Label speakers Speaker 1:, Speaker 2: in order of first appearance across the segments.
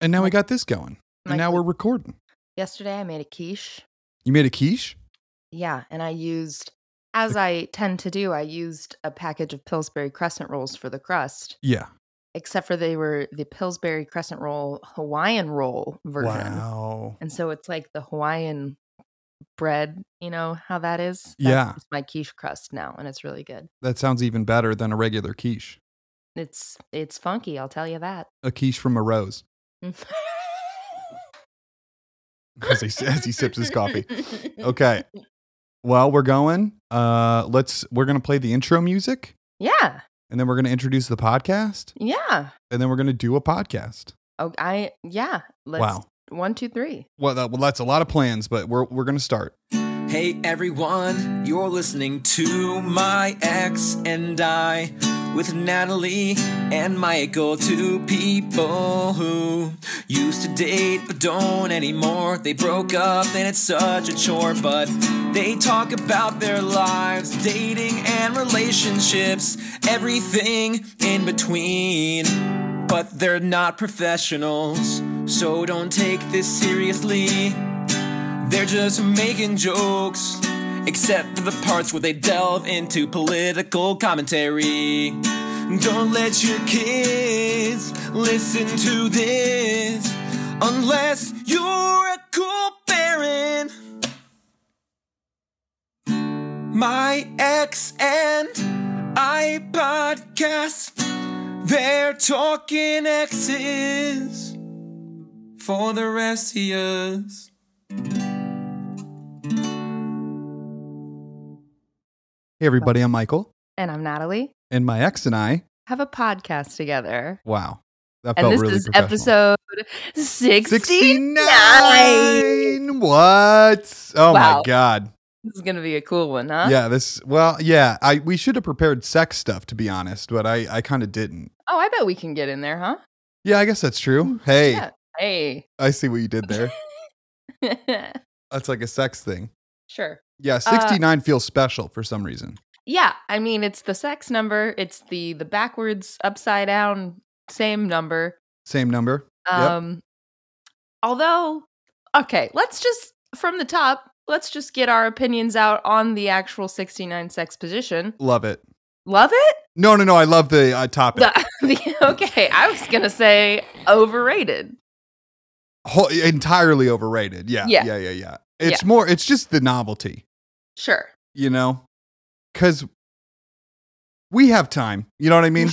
Speaker 1: And now we got this going. And
Speaker 2: Like-
Speaker 1: now we're recording.
Speaker 2: Yesterday I made a quiche.
Speaker 1: You made a quiche?
Speaker 2: Yeah, and I used as I tend to do, I used a package of Pillsbury crescent rolls for the crust,
Speaker 1: Yeah.
Speaker 2: except for they were the Pillsbury crescent roll Hawaiian roll version.
Speaker 1: Wow.
Speaker 2: And so it's like the Hawaiian bread, you know how that is? That's
Speaker 1: Yeah.
Speaker 2: just my quiche crust now, and it's really good.
Speaker 1: That sounds even better than a regular quiche.
Speaker 2: It's it's funky, I'll tell you that.
Speaker 1: A quiche from a rose. As he, as he sips his coffee. Okay. Well, we're going. Uh let's we're gonna play the intro music
Speaker 2: Yeah.
Speaker 1: and then we're gonna introduce the podcast.
Speaker 2: Yeah.
Speaker 1: And then we're gonna do a podcast.
Speaker 2: Oh, I yeah. Let's
Speaker 1: Wow.
Speaker 2: one, two, three.
Speaker 1: Well, that, well that's a lot of plans, but we're we're gonna start.
Speaker 3: Hey everyone, you're listening to my ex and I with Natalie and Michael, two people who used to date but don't anymore. They broke up and it's such a chore, but they talk about their lives, dating and relationships, everything in between but they're not professionals, so don't take this seriously. They're just making jokes, except for the parts where they delve into political commentary. Don't let your kids listen to this unless you're a cool parent. My ex and I podcast. They're talking exes for the rest of us.
Speaker 1: Hey everybody, I'm Michael.
Speaker 2: And I'm Natalie.
Speaker 1: And my ex and I.
Speaker 2: Have a podcast together.
Speaker 1: Wow. That felt
Speaker 2: And this
Speaker 1: really
Speaker 2: is
Speaker 1: professional.
Speaker 2: episode 69.
Speaker 1: 69. What? Oh my
Speaker 2: Wow.
Speaker 1: god.
Speaker 2: This is going to be a cool one, huh?
Speaker 1: Yeah, this well, yeah, I we should have prepared sex stuff to be honest, but I I kind of didn't.
Speaker 2: Oh, I bet we can get in there, huh?
Speaker 1: Yeah, I guess that's true. Hey,
Speaker 2: Mm, Yeah. Hey.
Speaker 1: I see what you did there. that's like a sex thing.
Speaker 2: sure.
Speaker 1: Yeah, 69 feels special for some reason.
Speaker 2: Yeah, I mean it's the sex number, it's the the backwards upside down same number.
Speaker 1: Same number. Yep.
Speaker 2: Um, Although, okay, let's just from the top, let's just get our opinions out on the actual 69 sex position.
Speaker 1: Love it.
Speaker 2: Love it?
Speaker 1: No, no, no, I love the uh, topic.
Speaker 2: The- the- okay, I was going to say overrated.
Speaker 1: Whole- entirely overrated. Yeah. Yeah,
Speaker 2: Yeah.
Speaker 1: yeah, yeah. It's more it's just the novelty.
Speaker 2: Sure.
Speaker 1: you know, because we have time. You know what I mean?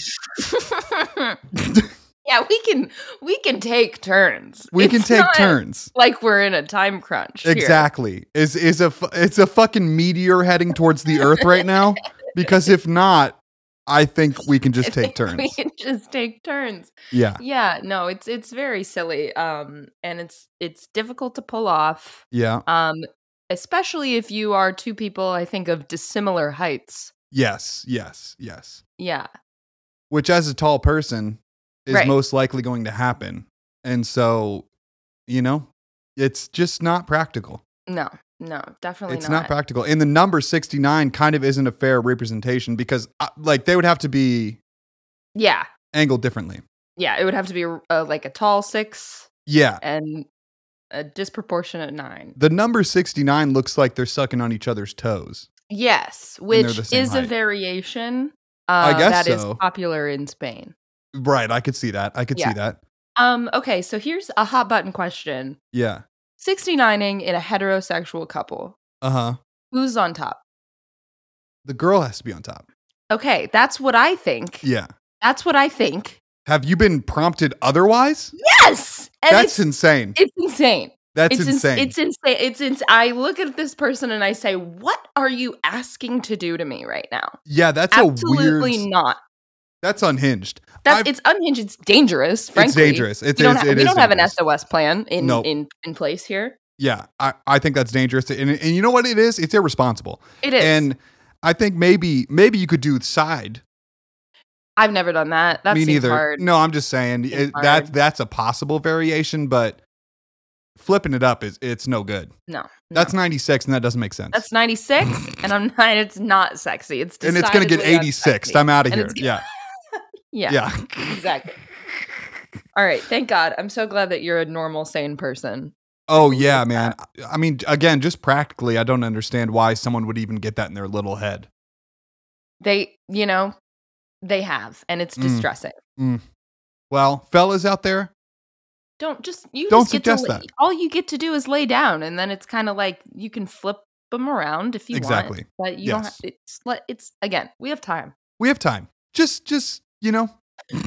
Speaker 2: yeah, we can we can take turns.
Speaker 1: we can
Speaker 2: It's
Speaker 1: take
Speaker 2: not
Speaker 1: turns.
Speaker 2: Like we're in a time crunch. here.
Speaker 1: Exactly. Is is a fu- it's a fucking meteor heading towards the Earth right now? Because if not, I think we can just take
Speaker 2: we
Speaker 1: turns.
Speaker 2: can just take turns.
Speaker 1: Yeah.
Speaker 2: Yeah, no, it's it's very silly. Um and it's it's difficult to pull off.
Speaker 1: Yeah.
Speaker 2: um, especially if you are two people, I think, of dissimilar heights.
Speaker 1: Yes. Yes. Yes.
Speaker 2: Yeah.
Speaker 1: Which, as a tall person, is
Speaker 2: Right.
Speaker 1: most likely going to happen, and so, you know, it's just not practical.
Speaker 2: No, no, definitely
Speaker 1: it's not. practical and the number 69 kind of isn't a fair representation because uh, like they would have to be
Speaker 2: yeah.
Speaker 1: angled differently
Speaker 2: Yeah. It would have to be a, a, like a tall six
Speaker 1: yeah
Speaker 2: and a disproportionate nine.
Speaker 1: the number 69 looks like they're sucking on each other's toes
Speaker 2: Yes.
Speaker 1: they're
Speaker 2: Which
Speaker 1: the same
Speaker 2: is
Speaker 1: height.
Speaker 2: a variation
Speaker 1: I
Speaker 2: uh,
Speaker 1: guess
Speaker 2: that is
Speaker 1: so.
Speaker 2: popular in Spain.
Speaker 1: right i could see that i could see
Speaker 2: Yeah.
Speaker 1: that
Speaker 2: Um, okay. So here's a hot button question
Speaker 1: yeah
Speaker 2: 69ing in a heterosexual couple.
Speaker 1: uh-huh
Speaker 2: Who's on top?
Speaker 1: the girl has to be on top
Speaker 2: Okay. That's what I think.
Speaker 1: yeah
Speaker 2: That's what I think.
Speaker 1: have you been prompted otherwise
Speaker 2: Yes. And
Speaker 1: that's insane
Speaker 2: It's insane.
Speaker 1: that's
Speaker 2: it's ins-
Speaker 1: insane
Speaker 2: it's insane. It's ins- I look at this person and I say, "What are you asking to do to me right now?"
Speaker 1: yeah that's a
Speaker 2: Absolutely
Speaker 1: weird
Speaker 2: not.
Speaker 1: that's unhinged
Speaker 2: That's
Speaker 1: I've-
Speaker 2: it's unhinged. It's dangerous. Frankly,
Speaker 1: it's dangerous it's,
Speaker 2: We don't,
Speaker 1: it's,
Speaker 2: ha-
Speaker 1: it
Speaker 2: we
Speaker 1: is
Speaker 2: don't have an
Speaker 1: dangerous.
Speaker 2: SOS plan in
Speaker 1: No.
Speaker 2: in in place here.
Speaker 1: yeah I, I think that's dangerous and, and you know what it is it's irresponsible
Speaker 2: It is.
Speaker 1: And I think maybe maybe you could do side.
Speaker 2: I've never done that. That
Speaker 1: Me
Speaker 2: seems
Speaker 1: neither.
Speaker 2: hard.
Speaker 1: No, I'm just saying
Speaker 2: Seems
Speaker 1: it, that
Speaker 2: hard.
Speaker 1: that's a possible variation, but flipping it up is it's no good.
Speaker 2: No, no.
Speaker 1: That's 96, and that doesn't make sense.
Speaker 2: that's ninety six, and I'm not. It's not sexy. It's
Speaker 1: and it's gonna get
Speaker 2: decidedly
Speaker 1: 86.
Speaker 2: unsexy.
Speaker 1: I'm out of
Speaker 2: And
Speaker 1: here.
Speaker 2: it's-
Speaker 1: Yeah,
Speaker 2: yeah,
Speaker 1: yeah.
Speaker 2: exactly. All right. Thank God. I'm so glad that you're a normal, sane person.
Speaker 1: Oh yeah, man. I- I mean, again, just practically, I don't understand why someone would even get that in their little head.
Speaker 2: They, you know, they have, and it's
Speaker 1: Mm.
Speaker 2: distressing.
Speaker 1: Well, fellas out there,
Speaker 2: Don't just you
Speaker 1: Don't
Speaker 2: just get
Speaker 1: suggest
Speaker 2: to lay,
Speaker 1: that.
Speaker 2: all you get to do is lay down, and then it's kind of like you can flip them around if you
Speaker 1: Exactly.
Speaker 2: want. But you don't. Have,
Speaker 1: Yes.
Speaker 2: it's let- it's again. We have time.
Speaker 1: we have time. Just, just you know,
Speaker 2: Who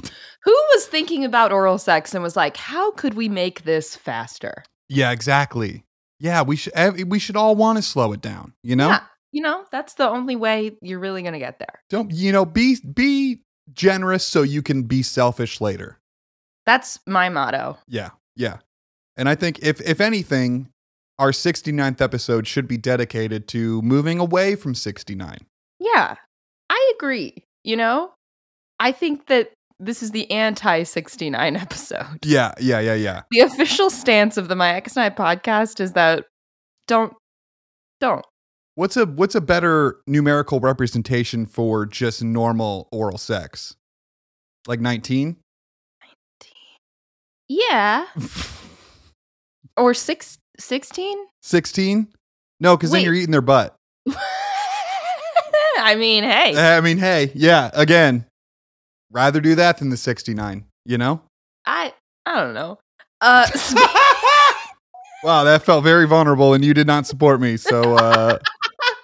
Speaker 2: was thinking about oral sex and was like, "How could we make this faster?"
Speaker 1: yeah, exactly. Yeah, we should. ev- We should all want to slow it down. You know,
Speaker 2: Yeah, you know that's the only way you're really gonna get there.
Speaker 1: don't you know? Be be generous so you can be selfish later.
Speaker 2: That's my motto.
Speaker 1: Yeah, yeah. And I think if if anything, our 69th episode should be dedicated to moving away from 69.
Speaker 2: Yeah, I agree. You know, I think that this is the anti 69 episode.
Speaker 1: Yeah, yeah, yeah, yeah.
Speaker 2: The official stance of the My Ex and I podcast is that don't, don't.
Speaker 1: What's a what's a better numerical representation for just normal oral sex? Like 19?
Speaker 2: Yeah. Or six, 16?
Speaker 1: 16? No, cuz then
Speaker 2: Wait.
Speaker 1: you're eating their butt.
Speaker 2: I mean, hey,
Speaker 1: I mean, hey, yeah, again. Rather do that than the 69, you know?
Speaker 2: I, I don't know. Uh, sp-
Speaker 1: Wow, that felt very vulnerable and you did not support me. So uh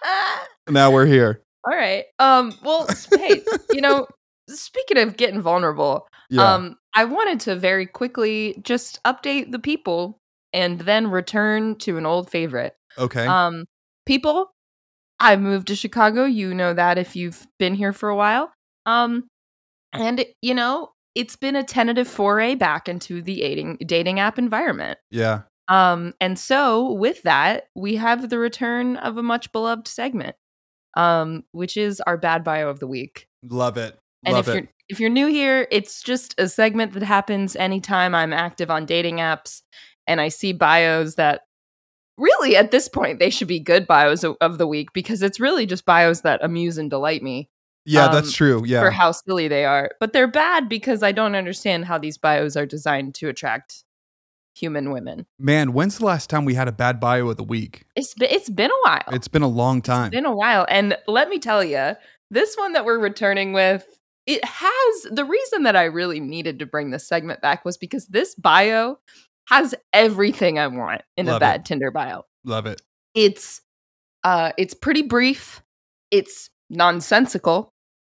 Speaker 1: now we're here.
Speaker 2: all right. Um, well, sp- hey, you know, speaking of getting vulnerable,
Speaker 1: Yeah.
Speaker 2: Um, I wanted to very quickly just update the people and then return to an old favorite.
Speaker 1: okay.
Speaker 2: Um, people, I moved to Chicago. You know that if you've been here for a while. Um, and you know, it's been a tentative foray back into the dating dating app environment.
Speaker 1: yeah.
Speaker 2: Um, and so with that, we have the return of a much beloved segment, um, which is our bad bio of the week.
Speaker 1: Love it.
Speaker 2: And
Speaker 1: Love
Speaker 2: if
Speaker 1: it.
Speaker 2: you're if you're new here, it's just a segment that happens anytime I'm active on dating apps and I see bios that really at this point they should be good bios o- of the week because it's really just bios that amuse and delight me
Speaker 1: Yeah,
Speaker 2: um,
Speaker 1: that's true.
Speaker 2: for
Speaker 1: Yeah.
Speaker 2: how silly they are. But they're bad because I don't understand how these bios are designed to attract human women.
Speaker 1: Man, when's the last time we had a bad bio of the week?
Speaker 2: It's been, it's been a while.
Speaker 1: It's been a long time.
Speaker 2: Oh. been a while and let me tell you this one that we're returning with it has the reason that i really needed to bring this segment back was because this bio has everything i want in
Speaker 1: Love
Speaker 2: a
Speaker 1: it.
Speaker 2: bad tinder bio
Speaker 1: Love it.
Speaker 2: it's uh it's pretty brief it's nonsensical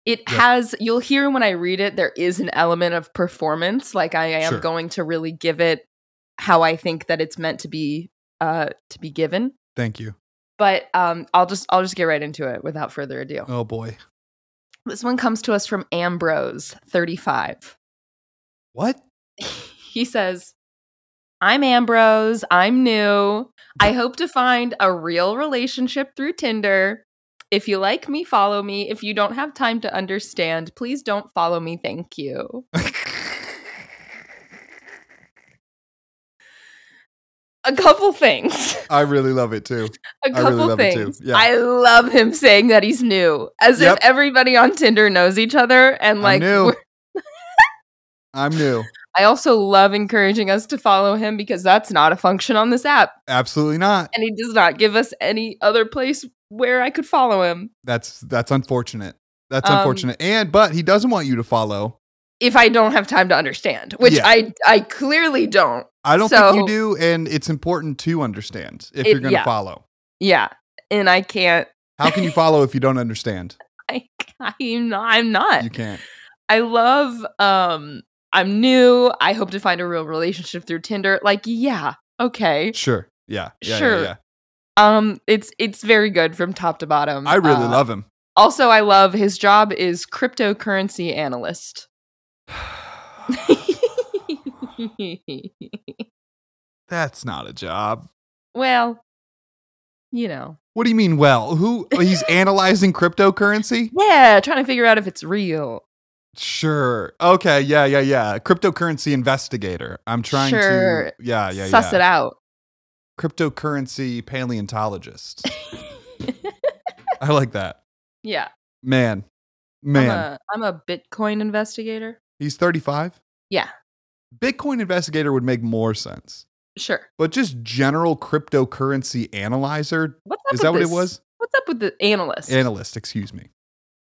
Speaker 2: it
Speaker 1: Yeah.
Speaker 2: has you'll hear when i read it there is an element of performance like i am
Speaker 1: Sure.
Speaker 2: going to really give it how i think that it's meant to be uh to be given
Speaker 1: Thank you.
Speaker 2: but um, I'll just I'll just get right into it without further ado.
Speaker 1: Oh boy.
Speaker 2: This one comes to us from Ambrose, 35.
Speaker 1: What?
Speaker 2: He says, "I'm Ambrose. I'm new. I hope to find a real relationship through Tinder. If you like me, follow me. If you don't have time to understand, please don't follow me. Thank you." A couple things.
Speaker 1: I really love it too.
Speaker 2: A
Speaker 1: I really
Speaker 2: couple
Speaker 1: love it too.
Speaker 2: things.
Speaker 1: Yeah.
Speaker 2: I love him saying that he's new, as
Speaker 1: Yep.
Speaker 2: if everybody on Tinder knows each other and
Speaker 1: I'm
Speaker 2: like
Speaker 1: new.
Speaker 2: we're-
Speaker 1: I'm new.
Speaker 2: I also love encouraging us to follow him because that's not a function on this app.
Speaker 1: Absolutely not.
Speaker 2: And he does not give us any other place where I could follow him.
Speaker 1: That's that's unfortunate. That's
Speaker 2: Um,
Speaker 1: unfortunate. And but he doesn't want you to follow.
Speaker 2: If I don't have time to understand, which
Speaker 1: Yeah.
Speaker 2: I I clearly don't.
Speaker 1: I don't think
Speaker 2: so-
Speaker 1: you do, and it's important to understand if
Speaker 2: It-
Speaker 1: you're going to
Speaker 2: yeah.
Speaker 1: follow.
Speaker 2: Yeah. And I can't
Speaker 1: How can you follow if you don't understand?
Speaker 2: I I'm not I'm not.
Speaker 1: You can't.
Speaker 2: I love um I'm new. I hope to find a real relationship through Tinder. Like, yeah, okay.
Speaker 1: Sure. Yeah. Yeah, yeah,
Speaker 2: Sure.
Speaker 1: yeah.
Speaker 2: Um, it's it's very good from top to bottom.
Speaker 1: I really
Speaker 2: Uh,
Speaker 1: love him.
Speaker 2: Also, I love his job is cryptocurrency analyst.
Speaker 1: That's not a job.
Speaker 2: well, you know.
Speaker 1: What do you mean? Well, who he's analyzing cryptocurrency?
Speaker 2: Yeah, trying to figure out if it's real.
Speaker 1: Sure. Okay. Yeah. Yeah. Yeah. Cryptocurrency investigator. I'm trying
Speaker 2: Sure.
Speaker 1: to. Yeah. Yeah.
Speaker 2: Suss
Speaker 1: yeah.
Speaker 2: it out.
Speaker 1: Cryptocurrency paleontologist. I like that.
Speaker 2: yeah.
Speaker 1: Man.
Speaker 2: I'm
Speaker 1: Man.
Speaker 2: a, I'm a Bitcoin investigator.
Speaker 1: he's 35.
Speaker 2: Yeah.
Speaker 1: Bitcoin Investigator would make more sense.
Speaker 2: Sure.
Speaker 1: But just general cryptocurrency analyzer,
Speaker 2: What's up
Speaker 1: is
Speaker 2: with
Speaker 1: that what it
Speaker 2: this?
Speaker 1: was?
Speaker 2: What's up with the analyst?
Speaker 1: Analyst, excuse me.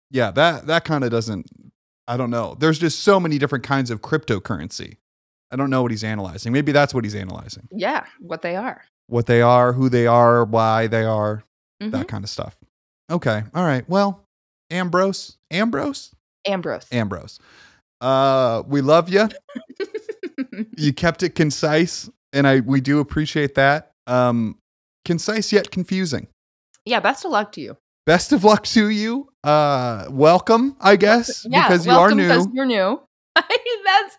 Speaker 1: Yeah, that that kind of doesn't I don't know. There's just so many different kinds of cryptocurrency. I don't know what he's analyzing. Maybe that's what he's analyzing.
Speaker 2: yeah, what they are.
Speaker 1: What they are, who they are, why they are,
Speaker 2: Mhm.
Speaker 1: that kind of stuff. Okay. All right. Well, Ambrose, Ambrose,
Speaker 2: Ambrose.
Speaker 1: Ambrose. Uh, we love you. You kept it concise, and I we do appreciate that. Um, concise yet confusing.
Speaker 2: yeah, best of luck to you.
Speaker 1: Best of luck to you. Uh, welcome, I guess,
Speaker 2: Yeah,
Speaker 1: because you are
Speaker 2: welcome 'cause
Speaker 1: new.
Speaker 2: You're new. That's.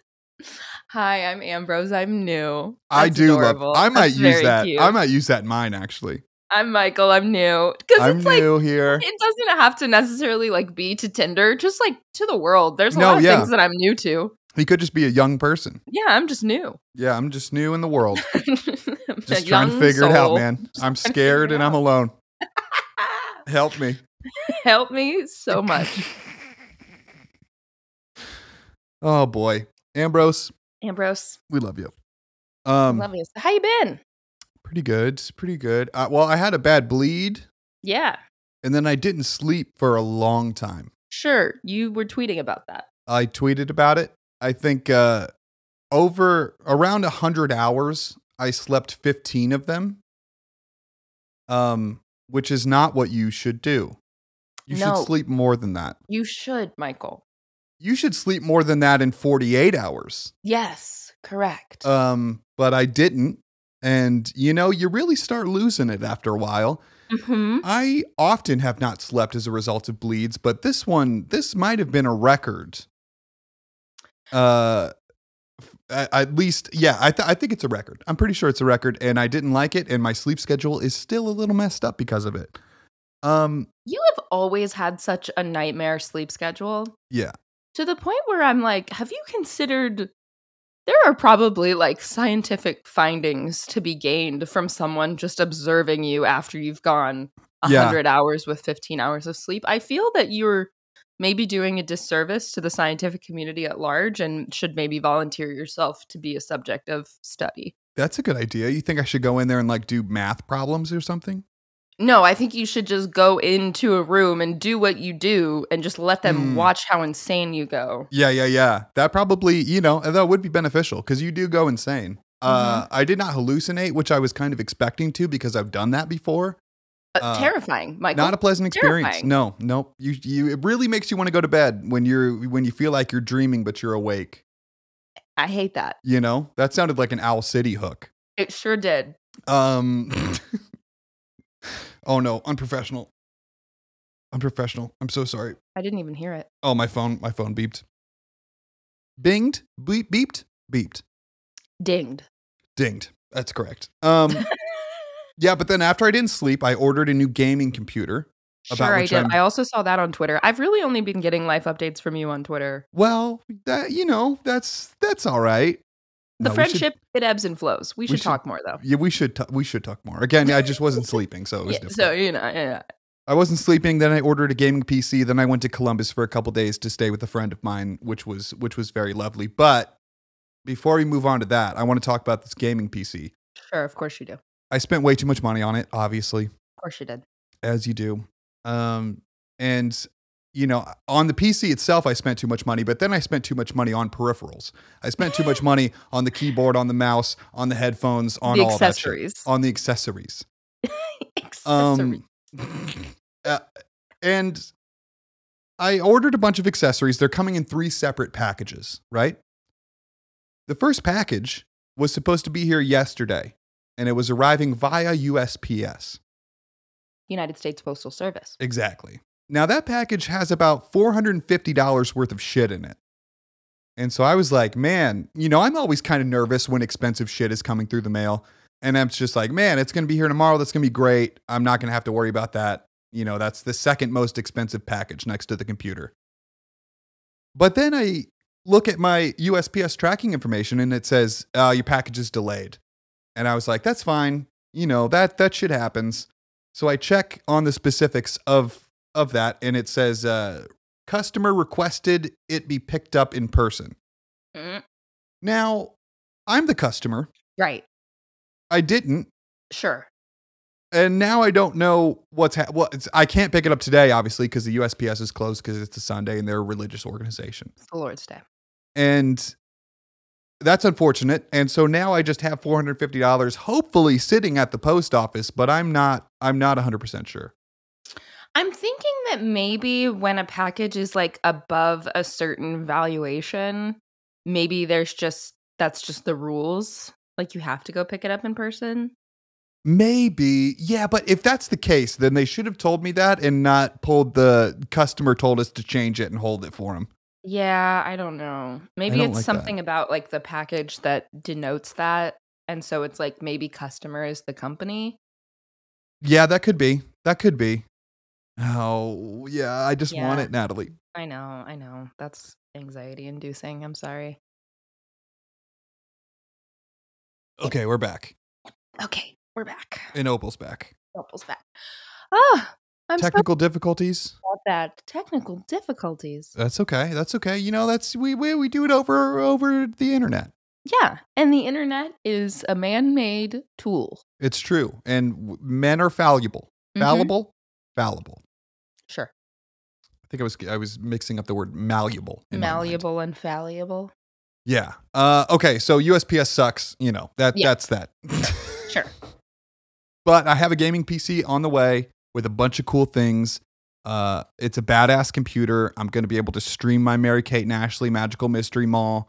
Speaker 2: Hi, I'm Ambrose. I'm new.
Speaker 1: I
Speaker 2: That's
Speaker 1: do
Speaker 2: adorable.
Speaker 1: love. I might
Speaker 2: That's
Speaker 1: use
Speaker 2: very
Speaker 1: that.
Speaker 2: cute.
Speaker 1: I might use that in mine actually.
Speaker 2: I'm Michael. I'm new. Because
Speaker 1: I'm
Speaker 2: it's like
Speaker 1: new here.
Speaker 2: it doesn't have to necessarily like be to Tinder, just like to the world. There's a
Speaker 1: No,
Speaker 2: lot of
Speaker 1: yeah.
Speaker 2: things that I'm new to.
Speaker 1: He could just be a young person.
Speaker 2: Yeah, I'm just new.
Speaker 1: Yeah, I'm just new in the world.
Speaker 2: just
Speaker 1: Just trying to figure it out, man. I'm
Speaker 2: trying to figure
Speaker 1: scared
Speaker 2: it
Speaker 1: and I'm
Speaker 2: out.
Speaker 1: alone. Help me.
Speaker 2: Ah, Help me so much.
Speaker 1: Oh boy, Ambrose,
Speaker 2: Ambrose,
Speaker 1: we love you. Um,
Speaker 2: love you. How you been?
Speaker 1: pretty good, pretty good. Uh, well, I had a bad bleed,
Speaker 2: Yeah,
Speaker 1: and then I didn't sleep for a long time.
Speaker 2: sure. You were tweeting about that.
Speaker 1: I tweeted about it. I think uh, over around hundred hours, I slept fifteen of them. Um, which is not what you should do. You
Speaker 2: No.
Speaker 1: should sleep more than that.
Speaker 2: You should, Michael.
Speaker 1: You should sleep more than that in forty-eight hours.
Speaker 2: Yes, correct.
Speaker 1: um, but I didn't. And you know, you really start losing it after a while.
Speaker 2: Mhm.
Speaker 1: I often have not slept as a result of bleeds, but this one, this might have been a record. Uh, f- a- at least, yeah, I, th- I think it's a record. I'm pretty sure it's a record, and I didn't like it, and my sleep schedule is still a little messed up because of it. Um,
Speaker 2: You have always had such a nightmare sleep schedule.
Speaker 1: Yeah.
Speaker 2: To the point where I'm like, have you considered there are probably like scientific findings to be gained from someone just observing you after you've gone a
Speaker 1: Yeah.
Speaker 2: 100 hours with 15 hours of sleep. I feel that you're maybe doing a disservice to the scientific community at large and should maybe volunteer yourself to be a subject of study.
Speaker 1: that's a good idea. You think I should go in there and like do math problems or something?
Speaker 2: No, I think you should just go into a room and do what you do and just let them
Speaker 1: Hmm.
Speaker 2: watch how insane you go.
Speaker 1: Yeah, yeah, yeah. That probably, you know, that would be beneficial because you do go insane. Uh, I did not hallucinate, which I was kind of expecting to because I've done that before.
Speaker 2: Uh,
Speaker 1: Uh,
Speaker 2: terrifying, Michael.
Speaker 1: Not a pleasant experience.
Speaker 2: Terrifying.
Speaker 1: No, no. You, you. It really makes you want to go to bed when you're when you feel like you're dreaming but you're awake.
Speaker 2: I hate that.
Speaker 1: You know, that sounded like an Owl City hook.
Speaker 2: It sure did.
Speaker 1: Um. oh no, unprofessional. Unprofessional. I'm so sorry.
Speaker 2: I didn't even hear it.
Speaker 1: Oh, my phone. My phone beeped. Binged. Beep. Beeped. Beeped.
Speaker 2: Dinged.
Speaker 1: Dinged. That's correct. Um, yeah, but then after I didn't sleep, I ordered a new gaming computer. About
Speaker 2: sure, I
Speaker 1: which
Speaker 2: did.
Speaker 1: I'm-
Speaker 2: I also saw that on Twitter. I've really only been getting life updates from you on Twitter.
Speaker 1: Well, that you know, that's that's all right.
Speaker 2: The
Speaker 1: No, we should-
Speaker 2: friendship, it ebbs and flows. We
Speaker 1: we
Speaker 2: should,
Speaker 1: should-
Speaker 2: talk more though.
Speaker 1: yeah, we should t- we should talk more. Again, I just wasn't sleeping, so Oh, it was
Speaker 2: Yeah,
Speaker 1: difficult.
Speaker 2: so you know, yeah.
Speaker 1: I wasn't sleeping. Then I ordered a gaming PC. Then I went to Columbus for a couple days to stay with a friend of mine, which was which was very lovely. But before we move on to that, I want to talk about this gaming PC.
Speaker 2: sure, of course you do. Of
Speaker 1: I spent way too much money on it, obviously.
Speaker 2: course you did.
Speaker 1: as you do. Um, and you know, on the PC itself, I spent too much money, but then I spent too much money on peripherals. I spent too much money on the keyboard, on the mouse, on the headphones, on
Speaker 2: the
Speaker 1: all
Speaker 2: accessories.
Speaker 1: Of that shit, Uh, um on the accessories.
Speaker 2: accessories.
Speaker 1: uh, and I ordered a bunch of accessories. They're coming in three separate packages, right? The first package was supposed to be here yesterday, and it was arriving via USPS.
Speaker 2: United States Postal Service.
Speaker 1: Exactly. Now that package has about $450 worth of shit in it. And so I was like, man, you know, I'm always kind of nervous when expensive shit is coming through the mail. And I'm just like, man, it's going to be here tomorrow. That's going to be great. I'm not going to have to worry about that. You know, that's the second most expensive package next to the computer. But then I look at my USPS tracking information and it says, uh, your package is delayed. And I was like, that's fine. You know, that, that shit happens. So I check on the specifics of of that, and it says uh, customer requested it be picked up in person.
Speaker 2: Mm,
Speaker 1: Now I'm the customer.
Speaker 2: Right.
Speaker 1: I didn't.
Speaker 2: Sure.
Speaker 1: And now I don't know what's ha- what. It's, I can't pick it up today, obviously, because the USPS is closed because it's a Sunday and they're a religious organization.
Speaker 2: It's the Lord's Day.
Speaker 1: And that's unfortunate. And so now I just have $450 hopefully sitting at the post office, but I'm not I'm not 100% sure.
Speaker 2: I'm thinking that maybe when a package is like above a certain valuation, maybe there's just that's just the rules. Like you have to go pick it up in person.
Speaker 1: Maybe. Yeah, but if that's the case, then they should have told me that and not pulled the customer told us to change it and hold it for them.
Speaker 2: Yeah, I don't know. Maybe
Speaker 1: don't
Speaker 2: it's
Speaker 1: like that.
Speaker 2: something about like the package that denotes that. And so it's like maybe customer is the company.
Speaker 1: Yeah, that could be. That could be. Oh, yeah, I just want
Speaker 2: Yeah.
Speaker 1: it, Natalie.
Speaker 2: I know, I know. That's anxiety inducing. I'm sorry.
Speaker 1: Okay, we're back.
Speaker 2: Okay, we're back.
Speaker 1: And Opal's back.
Speaker 2: Opal's back. Oh, I'm so
Speaker 1: Technical difficulties?
Speaker 2: about that. Technical difficulties.
Speaker 1: That's okay. That's okay. You know, that's we we, we do it over over the internet.
Speaker 2: Yeah. And the internet is a man made tool.
Speaker 1: It's true. And w- men are fallible.
Speaker 2: Mhm.
Speaker 1: Fallible? Fallible.
Speaker 2: Sure.
Speaker 1: I think I was I was mixing up the word malleable. in my mind.
Speaker 2: Malleable and fallible.
Speaker 1: Yeah. Uh, okay. So USPS sucks. You know that
Speaker 2: Yeah.
Speaker 1: that's that.
Speaker 2: Sure.
Speaker 1: But I have a gaming PC on the way with a bunch of cool things. Uh, it's a badass computer. I'm going to be able to stream my Mary Kate and Ashley Magical Mystery Mall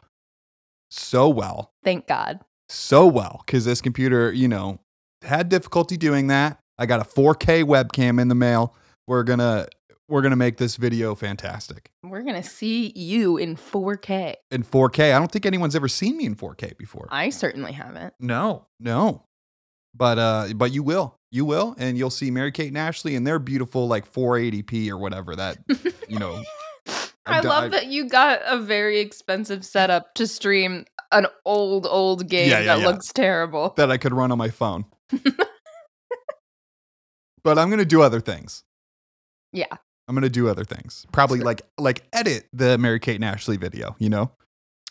Speaker 1: so well,
Speaker 2: Thank God.
Speaker 1: so well, because this computer, you know, had difficulty doing that. I got a 4K webcam in the mail. We're gonna we're gonna make this video fantastic
Speaker 2: We're going to see you in 4K.
Speaker 1: in 4K. I don't think anyone's ever seen me in 4K before.
Speaker 2: I certainly haven't.
Speaker 1: No, no. But uh, but you will, you will, and you'll see Mary Kate and Ashley and their beautiful like 480p or whatever that you know.
Speaker 2: I
Speaker 1: I've done-
Speaker 2: love
Speaker 1: I-
Speaker 2: that you got a very expensive setup to stream an old, old game
Speaker 1: Yeah, yeah,
Speaker 2: that
Speaker 1: yeah.
Speaker 2: looks terrible.
Speaker 1: that I could run on my phone. but I'm gonna do other things.
Speaker 2: Yeah.
Speaker 1: I'm gonna do other things. Probably
Speaker 2: Sure.
Speaker 1: like like edit the Mary Kate and Ashley video. You know.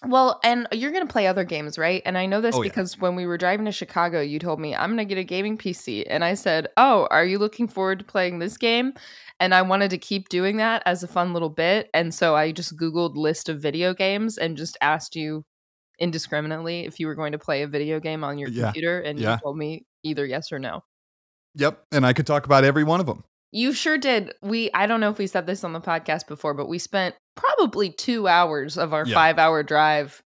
Speaker 2: Well, and you're going to play other games, right? And I know this
Speaker 1: Oh, yeah.
Speaker 2: because when we were driving to Chicago, you told me, I'm going to get a gaming PC. And I said, Oh, are you looking forward to playing this game? And I wanted to keep doing that as a fun little bit. And so I just Googled list of video games and just asked you indiscriminately if you were going to play a video game on your
Speaker 1: Yeah.
Speaker 2: computer. And
Speaker 1: Yeah.
Speaker 2: you told me either yes or no.
Speaker 1: Yep. And I could talk about every one of them.
Speaker 2: You sure did. We I don't know if we said this on the podcast before, but we spent probably 2 hours of our
Speaker 1: Yeah.
Speaker 2: 5-hour drive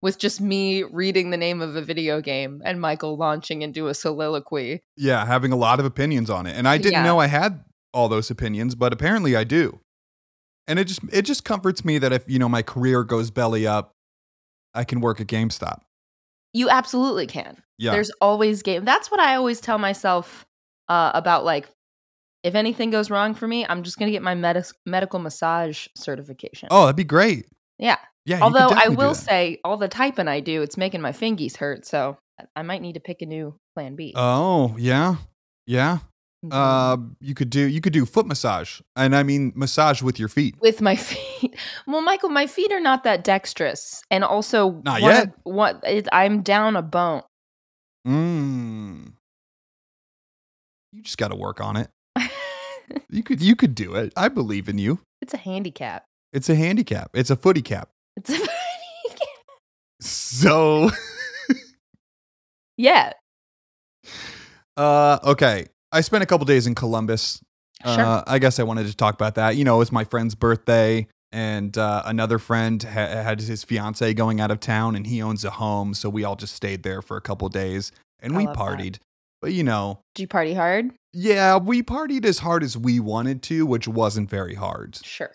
Speaker 2: with just me reading the name of a video game and Michael launching into a soliloquy.
Speaker 1: Yeah, having a lot of opinions on it. And I didn't
Speaker 2: Yeah.
Speaker 1: know I had all those opinions, but apparently I do. And it just it just comforts me that if, you know, my career goes belly up, I can work at GameStop.
Speaker 2: You absolutely can.
Speaker 1: Yeah.
Speaker 2: There's always game. That's what I always tell myself uh, about like if anything goes wrong for me, I'm just going to get my medis- medical massage certification.
Speaker 1: oh, that'd be great.
Speaker 2: Yeah.
Speaker 1: Yeah. you could
Speaker 2: Although I
Speaker 1: definitely do
Speaker 2: will
Speaker 1: that.
Speaker 2: say all the typing I do, it's making my fingies hurt, so I- I might need to pick a new plan B.
Speaker 1: Oh, yeah. Yeah.
Speaker 2: Mhm.
Speaker 1: Uh, you could do you could do foot massage. And I mean massage with your feet.
Speaker 2: with my feet. Well, Michael, my feet are not that dexterous, and also
Speaker 1: Not
Speaker 2: one
Speaker 1: yet.
Speaker 2: Of, what it, I'm down a bone.
Speaker 1: Mm. You just gotta work on it. You could you could do it. I believe in you.
Speaker 2: it's a handicap.
Speaker 1: It's a handicap. It's a footy cap.
Speaker 2: It's a handicap.
Speaker 1: So
Speaker 2: Yeah,
Speaker 1: Uh, okay. I spent a couple days in Columbus.
Speaker 2: sure.
Speaker 1: Uh, I guess I wanted to talk about that. You know, it was my friend's birthday, and uh, another friend ha- had his fiance going out of town, and he owns a home, so we all just stayed there for a couple days, and
Speaker 2: I
Speaker 1: we
Speaker 2: love that.
Speaker 1: partied. But you know,
Speaker 2: Do you party hard?
Speaker 1: yeah, we partied as hard as we wanted to, which wasn't very hard,
Speaker 2: Sure.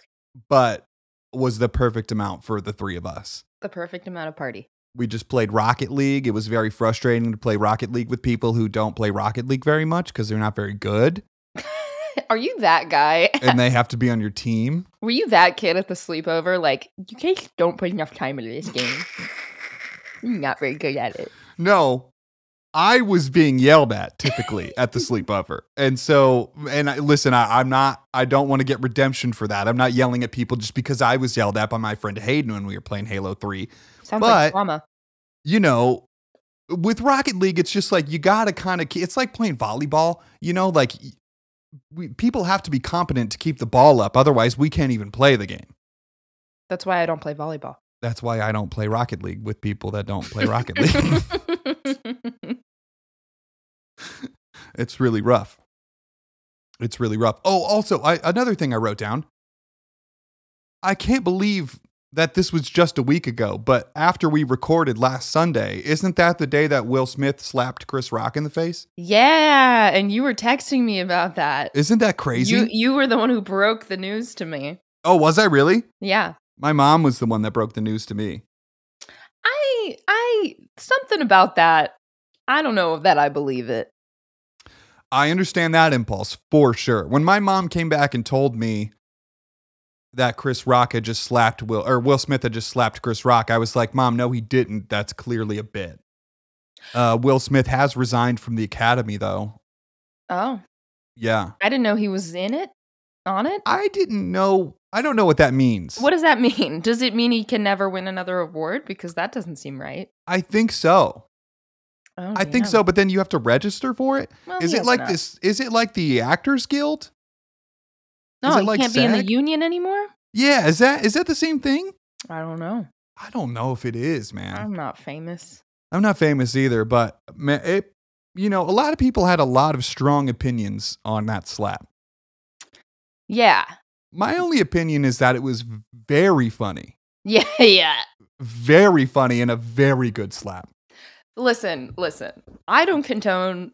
Speaker 1: but was the perfect amount for the three of us.
Speaker 2: The perfect amount of party.
Speaker 1: We just played Rocket League. It was very frustrating to play Rocket League with people who don't play Rocket League very much because they're not very good.
Speaker 2: Are you that guy?
Speaker 1: and they have to be on your team.
Speaker 2: Were you that kid at the sleepover? Like, you guys don't put enough time into this game. You're not very good at it.
Speaker 1: No, I was being yelled at typically at the sleepover. And so, and I, listen, I, I'm not, I don't want to get redemption for that. I'm not yelling at people just because I was yelled at by my friend Hayden when we were playing Halo 3.
Speaker 2: Sounds
Speaker 1: But-
Speaker 2: like drama.
Speaker 1: You know, with Rocket League, it's just like you gotta kind of. It's like playing volleyball, you know. Like y- we, people have to be competent to keep the ball up, otherwise we can't even play the game.
Speaker 2: That's why I don't play volleyball.
Speaker 1: That's why I don't play Rocket League with people that don't play Rocket League. it's really rough. It's really rough. Oh, also, I, another thing I wrote down. I can't believe that this was just a week ago, but after we recorded last Sunday, isn't that the day that Will Smith slapped Chris Rock in the face?
Speaker 2: yeah, and you were texting me about that.
Speaker 1: Isn't that crazy?
Speaker 2: You you were the one who broke the news to me.
Speaker 1: oh, was I really?
Speaker 2: Yeah.
Speaker 1: My mom was the one that broke the news to me.
Speaker 2: I I something about that. I don't know that I believe it.
Speaker 1: I understand that impulse for sure. When my mom came back and told me that Chris Rock had just slapped Will or Will Smith had just slapped Chris Rock, I was like, "Mom, no, he didn't. That's clearly a bit." Uh, Will Smith has resigned from the Academy, though.
Speaker 2: Oh,
Speaker 1: Yeah,
Speaker 2: I didn't know he was in it. On it?
Speaker 1: I didn't know. I don't know what that means.
Speaker 2: What does that mean? Does it mean he can never win another award because that doesn't seem right?
Speaker 1: I think so.
Speaker 2: Oh,
Speaker 1: I think
Speaker 2: damn.
Speaker 1: so, but then you have to register for it.
Speaker 2: Well,
Speaker 1: Is
Speaker 2: he
Speaker 1: it
Speaker 2: has
Speaker 1: like
Speaker 2: enough.
Speaker 1: this? Is it like the Actors Guild?
Speaker 2: No,
Speaker 1: is it
Speaker 2: he
Speaker 1: like
Speaker 2: can't be in the
Speaker 1: SAG?
Speaker 2: union anymore.
Speaker 1: Yeah, is that is that the same thing?
Speaker 2: I don't know.
Speaker 1: I don't know if it is, man.
Speaker 2: I'm not famous.
Speaker 1: I'm not famous either, but man, it, you know, a lot of people had a lot of strong opinions on that slap.
Speaker 2: Yeah,
Speaker 1: My only opinion is that it was very funny,
Speaker 2: yeah, yeah.
Speaker 1: very funny, and a very good slap.
Speaker 2: listen listen i don't condone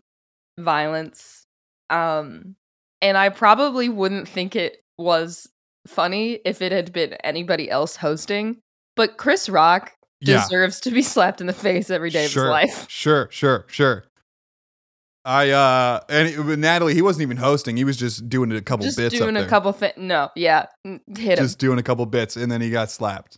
Speaker 2: violence um and i probably wouldn't think it was funny if it had been anybody else hosting but chris rock deserves to be slapped in the face every day of
Speaker 1: Sure.
Speaker 2: his life
Speaker 1: Sure, sure, sure. I uh and it- but Natalie, he wasn't even hosting. He was just doing a couple
Speaker 2: just
Speaker 1: bits.
Speaker 2: doing
Speaker 1: up
Speaker 2: a
Speaker 1: there.
Speaker 2: couple things no yeah n- hit him
Speaker 1: just doing a couple bits and then he got slapped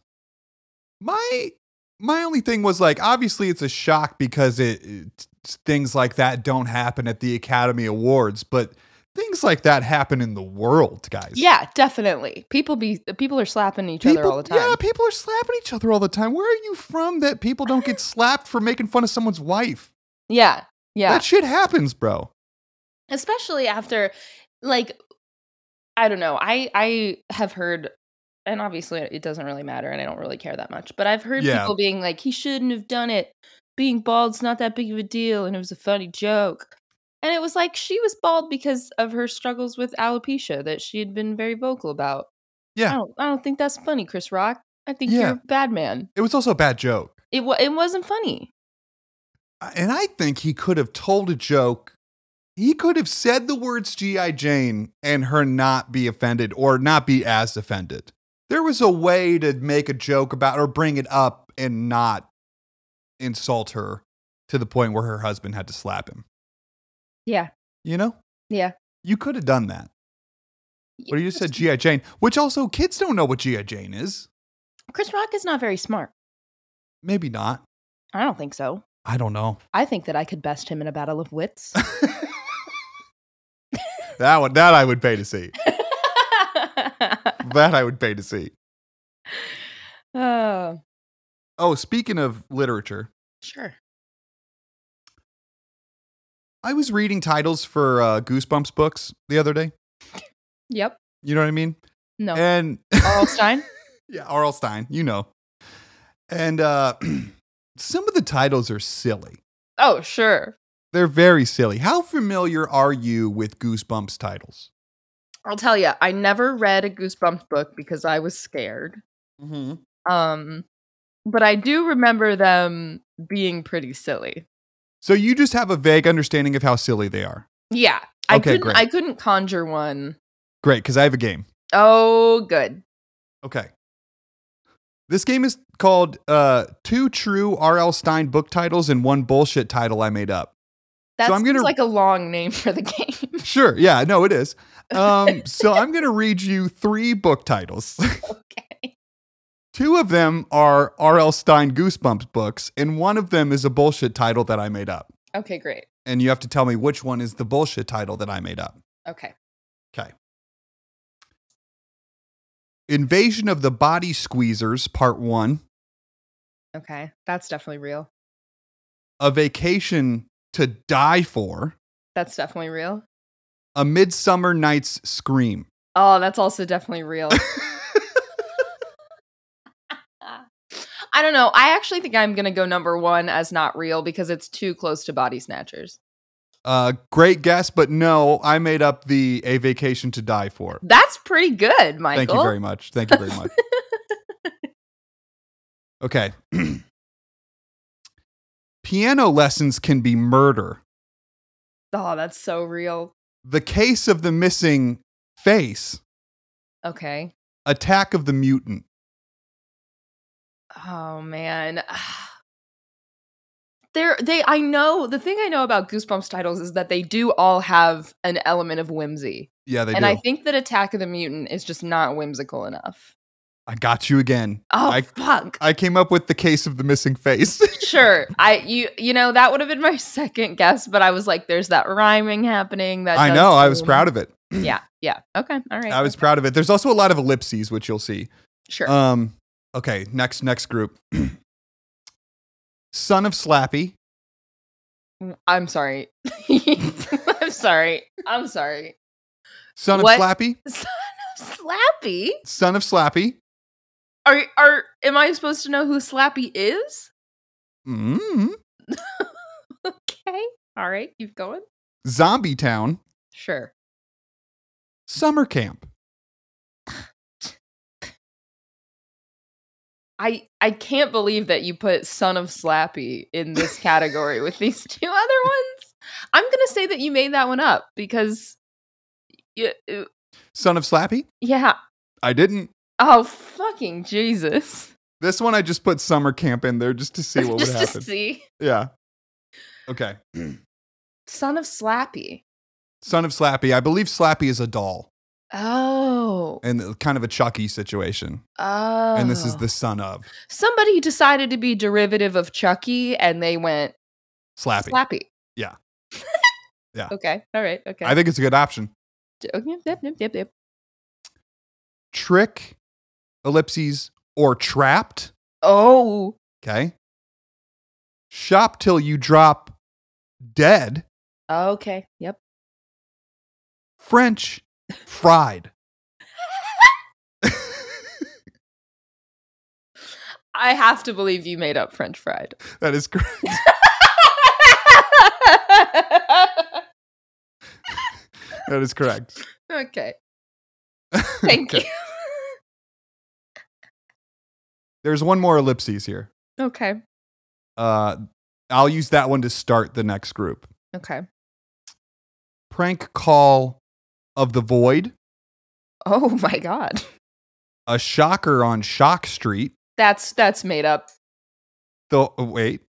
Speaker 1: my my only thing was like obviously it's a shock because it, it- things like that don't happen at the academy awards but things like that happen in the world guys
Speaker 2: yeah definitely people be people are slapping each
Speaker 1: People,
Speaker 2: other all the time
Speaker 1: yeah, people are slapping each other all the time. Where are you from that people don't get slapped for making fun of someone's wife?
Speaker 2: yeah yeah
Speaker 1: That shit happens, bro.
Speaker 2: especially after like i don't know i i have heard and obviously it doesn't really matter and i don't really care that much but i've heard
Speaker 1: Yeah.
Speaker 2: people being like he shouldn't have done it being bald's not that big of a deal and it was a funny joke and it was like she was bald because of her struggles with alopecia that she had been very vocal about
Speaker 1: Yeah.
Speaker 2: i don't, I don't think that's funny chris rock i think
Speaker 1: Yeah.
Speaker 2: you're a bad man
Speaker 1: It was also a bad joke.
Speaker 2: it, wa- it wasn't funny
Speaker 1: And I think he could have told a joke. He could have said the words G.I. Jane and her not be offended or not be as offended. There was a way to make a joke about or bring it up and not insult her to the point where her husband had to slap him.
Speaker 2: Yeah.
Speaker 1: You know?
Speaker 2: Yeah.
Speaker 1: You could have done that. But you just said G.I. Jane, which also kids don't know what G.I. Jane is.
Speaker 2: chris rock is not very smart
Speaker 1: Maybe not.
Speaker 2: i don't think so
Speaker 1: I don't know.
Speaker 2: i think that i could best him in a battle of wits
Speaker 1: That one, that I would pay to see. That I would pay to see.
Speaker 2: oh,
Speaker 1: Oh, speaking of literature,
Speaker 2: sure.
Speaker 1: I was reading titles for uh, Goosebumps books the other day.
Speaker 2: Yep.
Speaker 1: You know what I mean?
Speaker 2: No.
Speaker 1: And
Speaker 2: Arl Oh. Stein?
Speaker 1: yeah, R.L. Stein, you know. And uh, some of the titles are silly.
Speaker 2: Oh, sure.
Speaker 1: They're very silly. How familiar are you with Goosebumps titles?
Speaker 2: I'll tell you, I never read a Goosebumps book because I was scared.
Speaker 1: Mm-hmm.
Speaker 2: Um, but I do remember them being pretty silly.
Speaker 1: So you just have a vague understanding of how silly they are.
Speaker 2: Yeah. I
Speaker 1: Okay,
Speaker 2: couldn't
Speaker 1: great.
Speaker 2: I couldn't conjure one.
Speaker 1: Great, because I have a game.
Speaker 2: Oh, good.
Speaker 1: Okay. This game is called uh, Two True R.L. Stein Book Titles and One Bullshit Title I Made Up.
Speaker 2: That
Speaker 1: So I'm
Speaker 2: sounds
Speaker 1: gonna-
Speaker 2: like a long name for the game.
Speaker 1: Sure. Yeah. No, it is. Um, so I'm going to read you three book titles.
Speaker 2: okay.
Speaker 1: Two of them are R.L. Stein Goosebumps books, and one of them is a bullshit title that I made up.
Speaker 2: Okay, great.
Speaker 1: And you have to tell me which one is the bullshit title that I made up.
Speaker 2: Okay.
Speaker 1: Invasion of the Body Squeezers, Part One.
Speaker 2: Okay. That's definitely real.
Speaker 1: a vacation to die for,
Speaker 2: That's definitely real.
Speaker 1: a midsummer night's scream.
Speaker 2: Oh, that's also definitely real. I don't know. I actually think I'm going to go number one as not real because it's too close to Body Snatchers.
Speaker 1: Uh, great guess, but no, I made up the a vacation to die for.
Speaker 2: That's pretty good, Michael.
Speaker 1: Thank you very much. Thank you very much. okay. Piano lessons can be murder.
Speaker 2: Oh, that's so real.
Speaker 1: The case of the missing face.
Speaker 2: Okay.
Speaker 1: Attack of the mutant.
Speaker 2: Oh man. They're, they I know the thing I know about Goosebumps titles is that they do all have an element of whimsy.
Speaker 1: Yeah, they
Speaker 2: and
Speaker 1: do.
Speaker 2: I think that Attack of the Mutant is just not whimsical enough.
Speaker 1: I got you again.
Speaker 2: Oh
Speaker 1: I-
Speaker 2: fuck.
Speaker 1: I came up with the case of the missing face.
Speaker 2: sure. I you you know that would have been my second guess, but I was like there's that rhyming happening that
Speaker 1: I know. I was proud of it.
Speaker 2: Yeah. Yeah. Okay. All right.
Speaker 1: I was proud of it. There's also a lot of ellipses, which you'll see.
Speaker 2: sure.
Speaker 1: Um, okay, next next group. Son of Slappy.
Speaker 2: I'm sorry. I'm sorry. I'm sorry.
Speaker 1: Son of
Speaker 2: What?
Speaker 1: Slappy.
Speaker 2: Slappy?
Speaker 1: Son of Slappy.
Speaker 2: Are are am I supposed to know who Slappy is?
Speaker 1: mm
Speaker 2: Okay. All right. Keep going.
Speaker 1: Zombie Town.
Speaker 2: Sure.
Speaker 1: Summer Camp.
Speaker 2: I I can't believe that you put Son of Slappy in this category with these two other ones. I'm gonna say that you made that one up because, you,
Speaker 1: Son of Slappy.
Speaker 2: yeah.
Speaker 1: I didn't.
Speaker 2: Oh fucking Jesus!
Speaker 1: This one I just put Summer Camp in there just to see what would
Speaker 2: Just
Speaker 1: happen.
Speaker 2: to see
Speaker 1: Yeah. Okay.
Speaker 2: Son of Slappy.
Speaker 1: Son of Slappy. I believe Slappy is a doll
Speaker 2: Oh,
Speaker 1: and kind of a Chucky situation.
Speaker 2: oh.
Speaker 1: And this is the son of
Speaker 2: somebody decided to be derivative of Chucky, and they went
Speaker 1: Slappy.
Speaker 2: Slappy.
Speaker 1: Yeah. Yeah.
Speaker 2: Okay. All right. Okay.
Speaker 1: I think it's a good option.
Speaker 2: Okay, yep, yep, yep, yep.
Speaker 1: Trick, ellipses, or trapped.
Speaker 2: Oh.
Speaker 1: Okay. Shop till you drop dead.
Speaker 2: Okay. Yep.
Speaker 1: French fried.
Speaker 2: I have to believe you made up French fried.
Speaker 1: That is correct. That is correct.
Speaker 2: okay. Thank
Speaker 1: Okay. There's one more ellipses here.
Speaker 2: you. Okay.
Speaker 1: Uh, I'll use that one to start the next group.
Speaker 2: Okay.
Speaker 1: Prank call of the void.
Speaker 2: Oh my god.
Speaker 1: A shocker on Shock Street.
Speaker 2: That's that's made up.
Speaker 1: The oh, wait,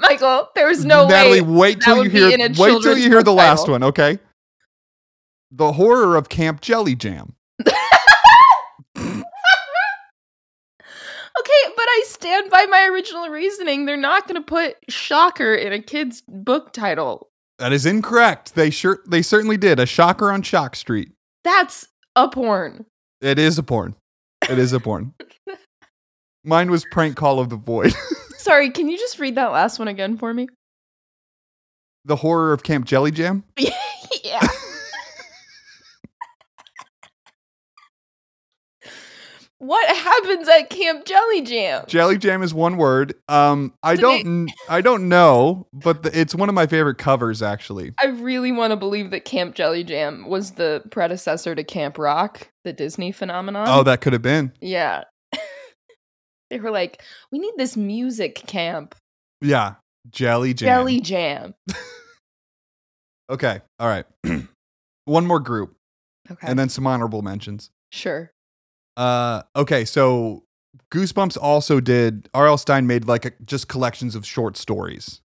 Speaker 2: Michael, there's no
Speaker 1: Natalie,
Speaker 2: way.
Speaker 1: wait
Speaker 2: that
Speaker 1: till you
Speaker 2: would be
Speaker 1: hear.
Speaker 2: in a
Speaker 1: Wait till
Speaker 2: children's
Speaker 1: you hear the
Speaker 2: book
Speaker 1: last
Speaker 2: title.
Speaker 1: one, okay? The horror of Camp Jelly Jam.
Speaker 2: Okay, but I stand by my original reasoning. They're not going to put shocker in a kid's book title.
Speaker 1: That is incorrect. They sure they certainly did. A shocker on Shock Street.
Speaker 2: That's a porn.
Speaker 1: It is a porn. It is a porn. Mine was prank call of the void.
Speaker 2: Sorry, can you just read that last one again for me?
Speaker 1: the horror of Camp Jelly Jam.
Speaker 2: yeah. what happens at Camp Jelly Jam?
Speaker 1: Jelly Jam is one word. Um, I
Speaker 2: Did
Speaker 1: don't, kn- I don't know, but the, it's one of my favorite covers actually.
Speaker 2: I really want to believe that Camp Jelly Jam was the predecessor to Camp Rock, the Disney phenomenon.
Speaker 1: oh, that could have been.
Speaker 2: yeah. they were like, we need this music camp,
Speaker 1: Yeah, Jelly Jam.
Speaker 2: Jelly Jam.
Speaker 1: Okay, all right. one more group,
Speaker 2: Okay.
Speaker 1: and then some honorable mentions.
Speaker 2: sure.
Speaker 1: Uh, okay, so Goosebumps also did. R.L. Stein made like a, just collections of short stories.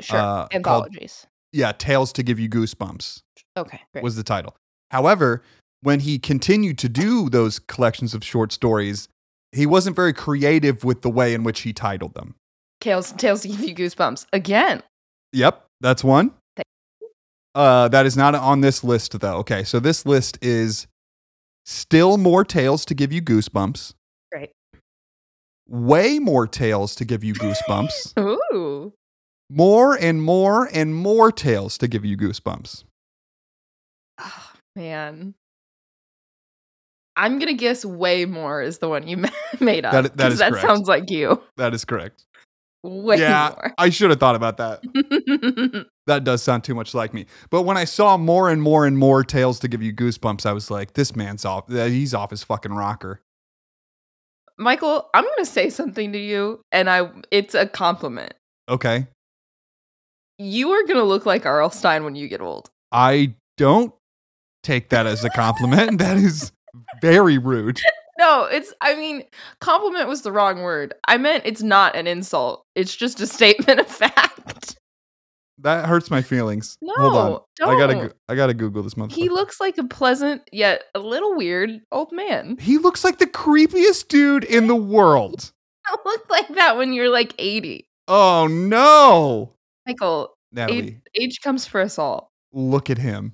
Speaker 2: Sure.
Speaker 1: Uh, called-
Speaker 2: Anthologies.
Speaker 1: Yeah, Tales to Give You Goosebumps.
Speaker 2: okay. Great.
Speaker 1: was the title. However, when he continued to do those collections of short stories, he wasn't very creative with the way in which he titled them.
Speaker 2: Tales, Tales to Give You Goosebumps. Again.
Speaker 1: Yep, that's one.
Speaker 2: Thank
Speaker 1: Uh, that is not on this list, though. Okay, so this list is still more tales to give you goosebumps.
Speaker 2: Great.
Speaker 1: way more tales to give you goosebumps,
Speaker 2: Ooh.
Speaker 1: more and more and more tales to give you goosebumps. Ah.
Speaker 2: Oh, man. I'm going to guess way more is the one you made up.
Speaker 1: That i- that
Speaker 2: 'cause
Speaker 1: is
Speaker 2: that
Speaker 1: correct.
Speaker 2: sounds like you.
Speaker 1: That is correct.
Speaker 2: Way
Speaker 1: yeah, I should have thought about that.
Speaker 2: more.
Speaker 1: That does sound too much like me. But when I saw more and more and more tales to give you goosebumps, I was like, this man's off. He's off his fucking rocker.
Speaker 2: Michael, I'm going to say something to you and I it's a compliment.
Speaker 1: Okay.
Speaker 2: You are going to look like R.L. Stein when you get old.
Speaker 1: I don't take that as a compliment. that is very rude.
Speaker 2: No, it's I mean, compliment was the wrong word. I meant it's not an insult. It's just a statement of fact.
Speaker 1: That hurts my feelings.
Speaker 2: No.
Speaker 1: Hold on.
Speaker 2: Don't.
Speaker 1: I gotta go- I gotta Google this motherfucker.
Speaker 2: He looks like a pleasant yet a little weird old man.
Speaker 1: He looks like the creepiest dude in the world.
Speaker 2: Don't look like that when you're like 80.
Speaker 1: Oh no.
Speaker 2: Michael, age,
Speaker 1: Natalie,
Speaker 2: age comes for us all.
Speaker 1: look at him.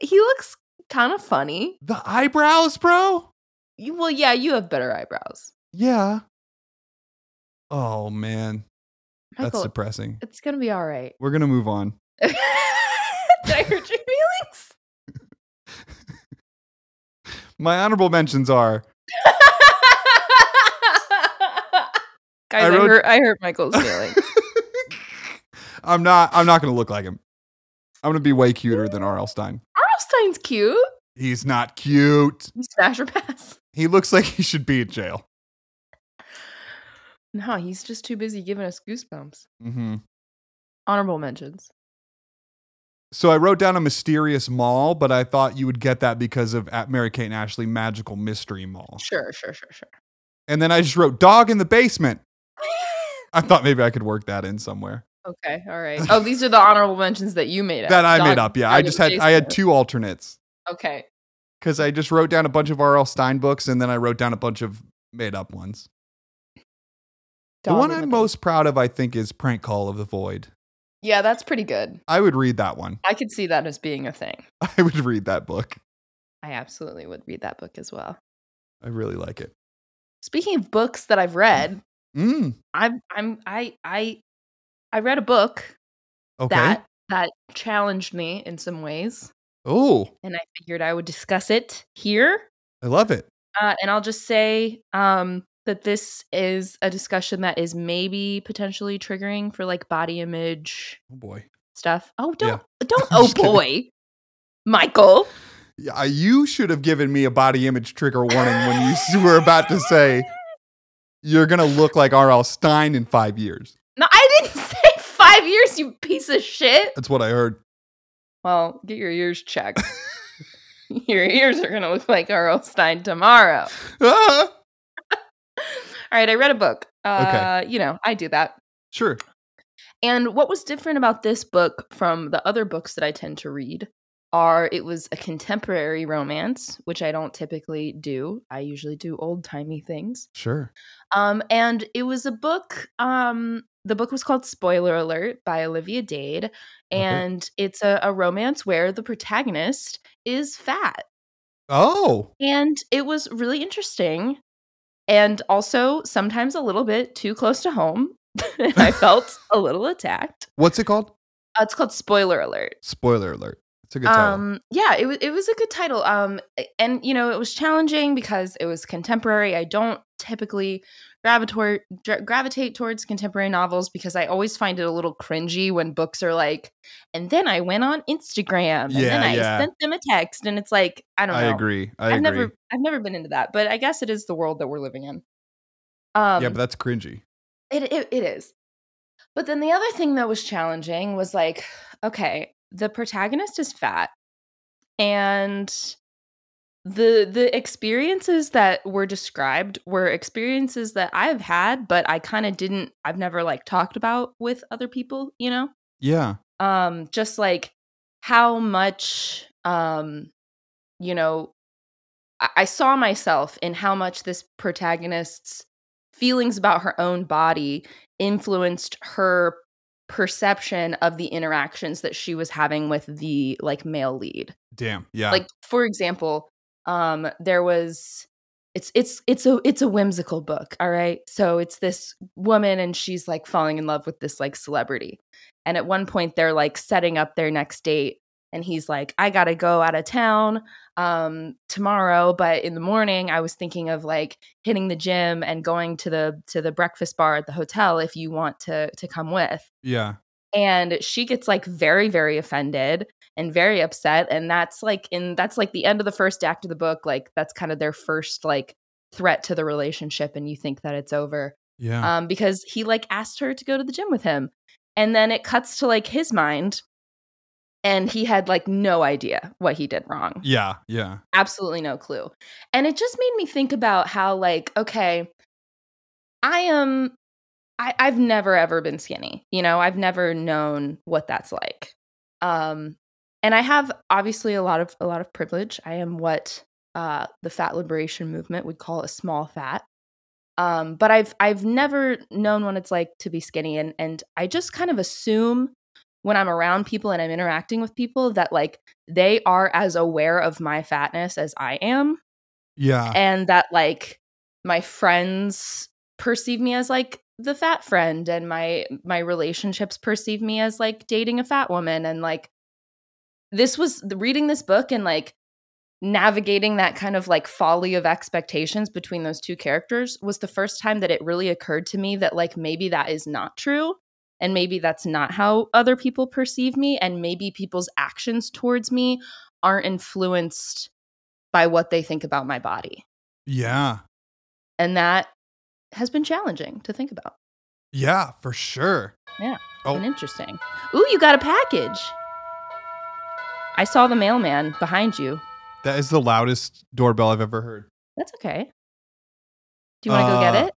Speaker 2: he looks kind of funny.
Speaker 1: The eyebrows, bro?
Speaker 2: You- Well, yeah, you have better eyebrows.
Speaker 1: Yeah. Oh man. That's
Speaker 2: Michael,
Speaker 1: depressing.
Speaker 2: it's going to be all right.
Speaker 1: We're gonna move on.
Speaker 2: Did I hurt your feelings?
Speaker 1: My honorable mentions are
Speaker 2: Guys,
Speaker 1: I
Speaker 2: I,
Speaker 1: wrote-
Speaker 2: hurt, I hurt Michael's feelings.
Speaker 1: I'm not I'm not gonna look like him. I'm gonna be way cuter than R.L. Stein.
Speaker 2: Arlstein's cute.
Speaker 1: He's not cute.
Speaker 2: You smash or pass?
Speaker 1: He looks like he should be in jail.
Speaker 2: No, he's just too busy giving us goosebumps.
Speaker 1: hmm
Speaker 2: Honorable mentions.
Speaker 1: So I wrote down a mysterious mall, but I thought you would get that because of at Mary Kate and Ashley Magical Mystery Mall.
Speaker 2: Sure, sure, sure, sure.
Speaker 1: And then I just wrote dog in the basement. I thought maybe I could work that in somewhere.
Speaker 2: okay, all right. Oh, these are the honorable mentions that you made up.
Speaker 1: that I
Speaker 2: Dog-
Speaker 1: made up. Yeah, I
Speaker 2: dog
Speaker 1: just had
Speaker 2: and
Speaker 1: I had
Speaker 2: basement.
Speaker 1: two alternates
Speaker 2: Okay.
Speaker 1: because I just wrote down a bunch of R.L. Stein books and then I wrote down a bunch of made up ones. the
Speaker 2: dog
Speaker 1: one
Speaker 2: in
Speaker 1: I'm
Speaker 2: the
Speaker 1: most proud of, I think, is Prank Call of the Void.
Speaker 2: basement. Yeah, that's pretty good.
Speaker 1: I would read that one.
Speaker 2: I could see that as being a thing.
Speaker 1: I would read that book.
Speaker 2: I absolutely would read that book as well.
Speaker 1: I really like it.
Speaker 2: Speaking of books that I've read,
Speaker 1: Mm,
Speaker 2: I'm I'm I I I read a book
Speaker 1: okay.
Speaker 2: that that challenged me in some ways,
Speaker 1: Oh,
Speaker 2: and I figured I would discuss it here.
Speaker 1: I love it.
Speaker 2: Uh, and I'll just say um, that this is a discussion that is maybe potentially triggering for like body image
Speaker 1: Oh boy.
Speaker 2: stuff. Oh,
Speaker 1: Yeah.
Speaker 2: don't, don't,
Speaker 1: I'm
Speaker 2: oh
Speaker 1: just kidding.
Speaker 2: boy, Michael.
Speaker 1: Yeah, you should have given me a body image trigger warning when you s- were about to say you're gonna look like R.L. Stein in five years.
Speaker 2: No, I didn't say five years, you piece of shit.
Speaker 1: That's what I heard.
Speaker 2: Well, get your ears checked. your ears are going to look like R.L. Stein tomorrow.
Speaker 1: Ah!
Speaker 2: All right, I read a book. Uh, You know, I do that.
Speaker 1: Sure.
Speaker 2: And what was different about this book from the other books that I tend to read are it was a contemporary romance, which I don't typically do. I usually do old timey things.
Speaker 1: Sure.
Speaker 2: Um, and it was a book. Um, the book was called Spoiler Alert by Olivia Dade. And it's a, a romance where the protagonist is fat.
Speaker 1: Oh.
Speaker 2: And it was really interesting and also sometimes a little bit too close to home. and I felt a little attacked.
Speaker 1: What's it called?
Speaker 2: Uh, it's called Spoiler Alert.
Speaker 1: Spoiler alert. It's a good title.
Speaker 2: Um, yeah, it was it was a good title. Um, a- and you know, it was challenging because it was contemporary. I don't typically gravitate gravitate towards contemporary novels because I always find it a little cringy when books are like, and then I went on Instagram and
Speaker 1: Yeah,
Speaker 2: then I
Speaker 1: yeah.
Speaker 2: sent them a text, and it's like I don't know.
Speaker 1: I agree. I
Speaker 2: have
Speaker 1: agree.
Speaker 2: never I've never been into that, but I guess it is the world that we're living in. Um,
Speaker 1: yeah, but that's cringy.
Speaker 2: it, it it is. But then the other thing that was challenging was like, okay, the protagonist is fat, and the the experiences that were described were experiences that I've had, but I kind of didn't. I've never like talked about with other people, you know
Speaker 1: Yeah.
Speaker 2: um just like how much um you know I-, I saw myself in how much this protagonist's feelings about her own body influenced her perception of the interactions that she was having with the like male lead
Speaker 1: Damn. Yeah.
Speaker 2: like for example um there was it's it's it's a it's a whimsical book all right so it's this woman and she's like falling in love with this like celebrity and at one point they're like setting up their next date and he's like i gotta go out of town um tomorrow but in the morning i was thinking of like hitting the gym and going to the to the breakfast bar at the hotel if you want to to come with
Speaker 1: Yeah.
Speaker 2: and she gets like very very offended and very upset and that's like in that's like the end of the first act of the book like that's kind of their first like threat to the relationship and you think that it's over
Speaker 1: Yeah.
Speaker 2: um because he like asked her to go to the gym with him and then it cuts to like his mind and he had like no idea what he did wrong
Speaker 1: yeah. Yeah.
Speaker 2: absolutely no clue. And it just made me think about how, like, okay, I am, I, I've never ever been skinny. You know, I've never known what that's like. Um, and I have obviously a lot of a lot of privilege. I am what uh, the fat liberation movement would call a small fat. Um, but I've I've never known what it's like to be skinny, and and I just kind of assume when I'm around people and I'm interacting with people that like they are as aware of my fatness as I am,
Speaker 1: Yeah.
Speaker 2: and that like my friends perceive me as like the fat friend, and my my relationships perceive me as like dating a fat woman, and like this was reading this book and like navigating that kind of like folly of expectations between those two characters was the first time that it really occurred to me that like maybe that is not true and maybe that's not how other people perceive me and maybe people's actions towards me aren't influenced by what they think about my body
Speaker 1: Yeah.
Speaker 2: and that has been challenging to think about
Speaker 1: Yeah. For sure. Oh.
Speaker 2: and interesting ooh you got a package i saw the mailman behind you
Speaker 1: That is the loudest doorbell I've ever heard.
Speaker 2: that's okay do you want to go get
Speaker 1: Uh,
Speaker 2: it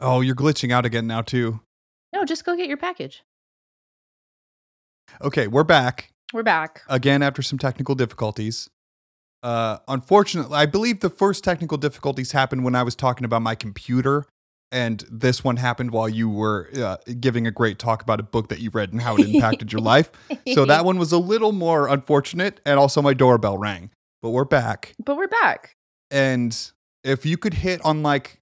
Speaker 1: Oh, you're glitching out again now, too.
Speaker 2: no just go get your package
Speaker 1: Okay. We're back
Speaker 2: we're back
Speaker 1: again after some technical difficulties. Uh, unfortunately, I believe the first technical difficulties happened when I was talking about my computer. And this one happened while you were uh, giving a great talk about a book that you read and how it impacted your life. So that one was a little more unfortunate. And also, my doorbell rang. But we're back.
Speaker 2: but we're back
Speaker 1: and if you could hit on like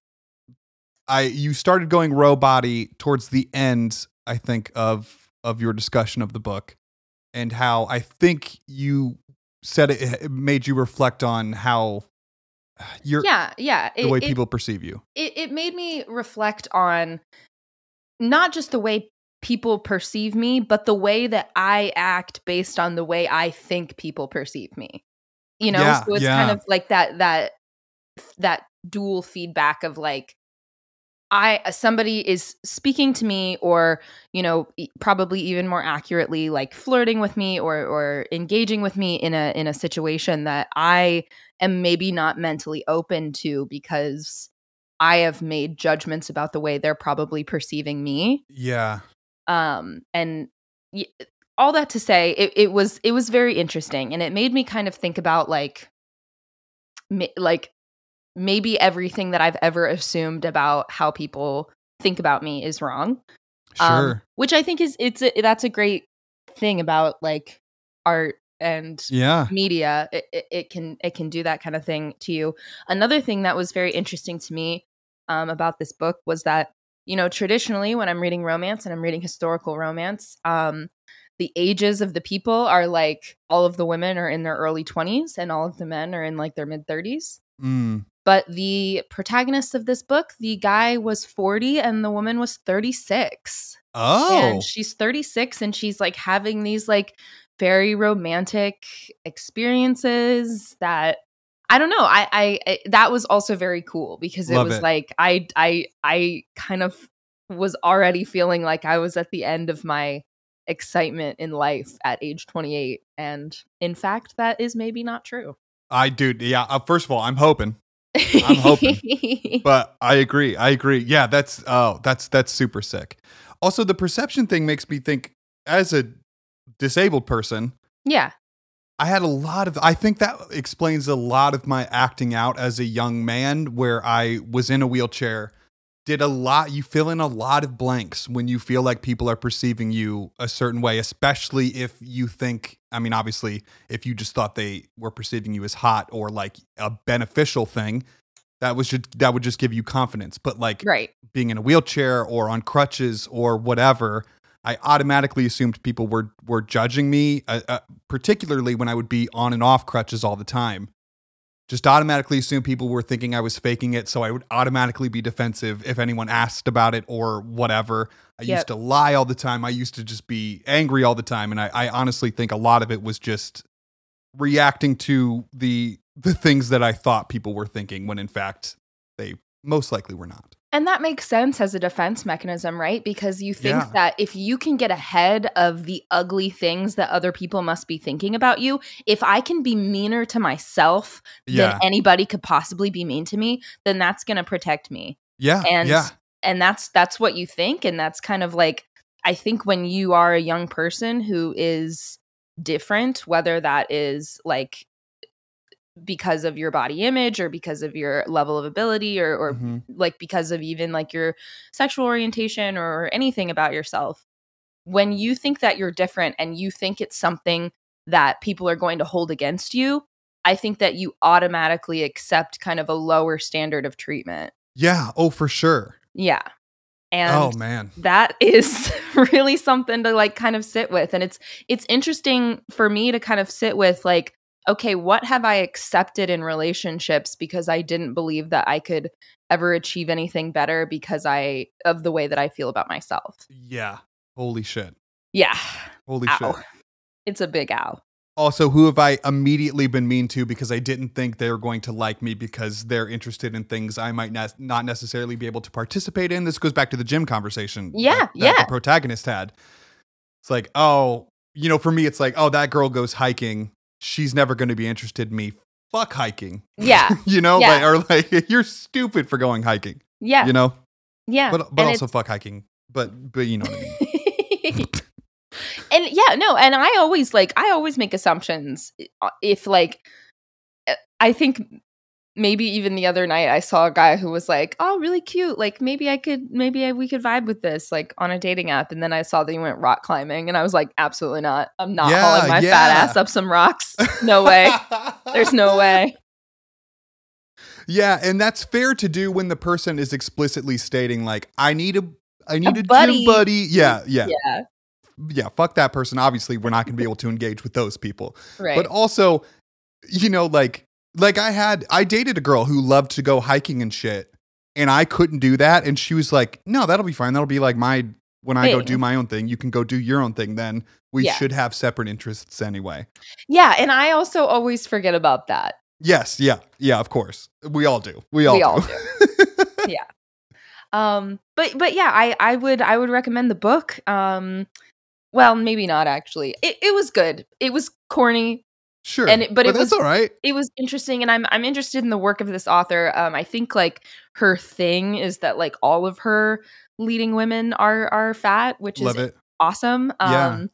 Speaker 1: i you started going row body towards the end i think of of your discussion of the book and how i think you said it, it made you reflect on how your
Speaker 2: yeah yeah
Speaker 1: the
Speaker 2: it-
Speaker 1: way
Speaker 2: it-
Speaker 1: people perceive you
Speaker 2: it, it made me reflect on not just the way people perceive me, but the way that I act based on the way I think people perceive me. You know,
Speaker 1: Yeah,
Speaker 2: so it's
Speaker 1: yeah.
Speaker 2: kind of like that that that dual feedback of like I uh, somebody is speaking to me or, you know, e- probably even more accurately like flirting with me or or engaging with me in a in a situation that I am maybe not mentally open to because I have made judgments about the way they're probably perceiving me.
Speaker 1: yeah
Speaker 2: Um, and y- all that to say, it, it was it was very interesting, and it made me kind of think about like, ma- like maybe everything that I've ever assumed about how people think about me is wrong. Um,
Speaker 1: sure
Speaker 2: which I think is it's a, that's a great thing about like art and
Speaker 1: yeah
Speaker 2: media it, it, it can it can do that kind of thing to you another thing that was very interesting to me um, about this book was that you know traditionally when i'm reading romance and i'm reading historical romance um, the ages of the people are like all of the women are in their early 20s and all of the men are in like their mid 30s
Speaker 1: Mm.
Speaker 2: but the protagonist of this book the guy was 40 and the woman was 36
Speaker 1: oh
Speaker 2: and she's 36 and she's like having these like very romantic experiences that I don't know. I, I I- that was also very cool because it
Speaker 1: Love
Speaker 2: was
Speaker 1: it.
Speaker 2: like I I I kind of was already feeling like I was at the end of my excitement in life at age 28 and in fact that is maybe not true.
Speaker 1: i dude yeah uh, first of all i'm hoping I'm hoping. but I agree. I agree. Yeah, that's oh, that's that's super sick. Also, the perception thing makes me think as a disabled person,
Speaker 2: yeah.
Speaker 1: I had a lot of I think that explains a lot of my acting out as a young man where I was in a wheelchair did a lot you fill in a lot of blanks when you feel like people are perceiving you a certain way especially if you think i mean obviously if you just thought they were perceiving you as hot or like a beneficial thing that was just that would just give you confidence but like
Speaker 2: Right.
Speaker 1: being in a wheelchair or on crutches or whatever, I automatically assumed people were were judging me, uh, uh, particularly when I would be on and off crutches all the time. Just automatically assumed people were thinking I was faking it, so I would automatically be defensive if anyone asked about it or whatever. I
Speaker 2: Yep.
Speaker 1: used to lie all the time. I used to just be angry all the time, and I, I honestly think a lot of it was just reacting to the the things that I thought people were thinking when in fact they most likely were not.
Speaker 2: And that makes sense as a defense mechanism, right? Because you think
Speaker 1: Yeah.
Speaker 2: that if you can get ahead of the ugly things that other people must be thinking about you, if I can be meaner to myself than anybody could possibly be mean to me, then that's going to protect me.
Speaker 1: Yeah.
Speaker 2: And
Speaker 1: yeah.
Speaker 2: and that's that's what you think and that's kind of like I think when you are a young person who is different, whether that is like because of your body image or because of your level of ability or or
Speaker 1: Mhm.
Speaker 2: like because of even like your sexual orientation or anything about yourself when you think that you're different and you think it's something that people are going to hold against you i think that you automatically accept kind of a lower standard of treatment
Speaker 1: Yeah. Oh, for sure.
Speaker 2: yeah and
Speaker 1: oh man.
Speaker 2: that is really something to like kind of sit with and it's it's interesting for me to kind of sit with like okay what have i accepted in relationships because i didn't believe that i could ever achieve anything better because i of the way that i feel about myself
Speaker 1: Yeah. Holy shit.
Speaker 2: yeah
Speaker 1: Holy
Speaker 2: ow
Speaker 1: shit.
Speaker 2: it's a big ow
Speaker 1: Also, who have I immediately been mean to because I didn't think they were going to like me because they're interested in things I might ne- not necessarily be able to participate in? This goes back to the gym conversation.
Speaker 2: Yeah,
Speaker 1: that- that
Speaker 2: yeah.
Speaker 1: The protagonist had. It's like, oh, you know, for me, it's like, oh, that girl goes hiking. She's never going to be interested in me. Fuck hiking.
Speaker 2: yeah
Speaker 1: You know,
Speaker 2: Yeah.
Speaker 1: like, or like, you're stupid for going hiking.
Speaker 2: yeah
Speaker 1: You know,
Speaker 2: yeah
Speaker 1: but but
Speaker 2: And
Speaker 1: also fuck hiking. But but you know what I mean.
Speaker 2: and yeah, no, and I always like I always make assumptions uh, if like uh, I think maybe even the other night I saw a guy who was like, "Oh, really cute. Like maybe I could maybe I, we could vibe with this like on a dating app." And then I saw that he went rock climbing and I was like, "Absolutely not. I'm not
Speaker 1: Yeah,
Speaker 2: hauling my fat
Speaker 1: yeah.
Speaker 2: ass up some rocks. No way. There's no way."
Speaker 1: Yeah, and that's fair to do when the person is explicitly stating like, I need a I need a,
Speaker 2: buddy.
Speaker 1: gym buddy. Yeah, yeah, yeah,
Speaker 2: Yeah,
Speaker 1: Fuck that person. Obviously, we're not going to be able to engage with those people.
Speaker 2: right.
Speaker 1: But also, you know, like like I had I dated a girl who loved to go hiking and shit, and I couldn't do that, and she was like, No, that'll be fine. That'll be like my when I go
Speaker 2: Thing.
Speaker 1: do my own thing. You can go do your own thing. Then we
Speaker 2: Yeah.
Speaker 1: should have separate interests anyway.
Speaker 2: yeah, and I also always forget about that.
Speaker 1: Yes, yeah, yeah, of course. We all do. We all
Speaker 2: we
Speaker 1: do.
Speaker 2: all do. yeah. Um, but but yeah, I I would I would recommend the book. Um, well, maybe not actually. It it was good. It was corny.
Speaker 1: Sure.
Speaker 2: And it- but it
Speaker 1: that's
Speaker 2: was-
Speaker 1: all right.
Speaker 2: It was interesting, and I'm I'm interested in the work of this author. Um, I think like her thing is that like all of her leading women are are fat, which
Speaker 1: Love
Speaker 2: is
Speaker 1: it.
Speaker 2: awesome.
Speaker 1: Yeah.
Speaker 2: Um,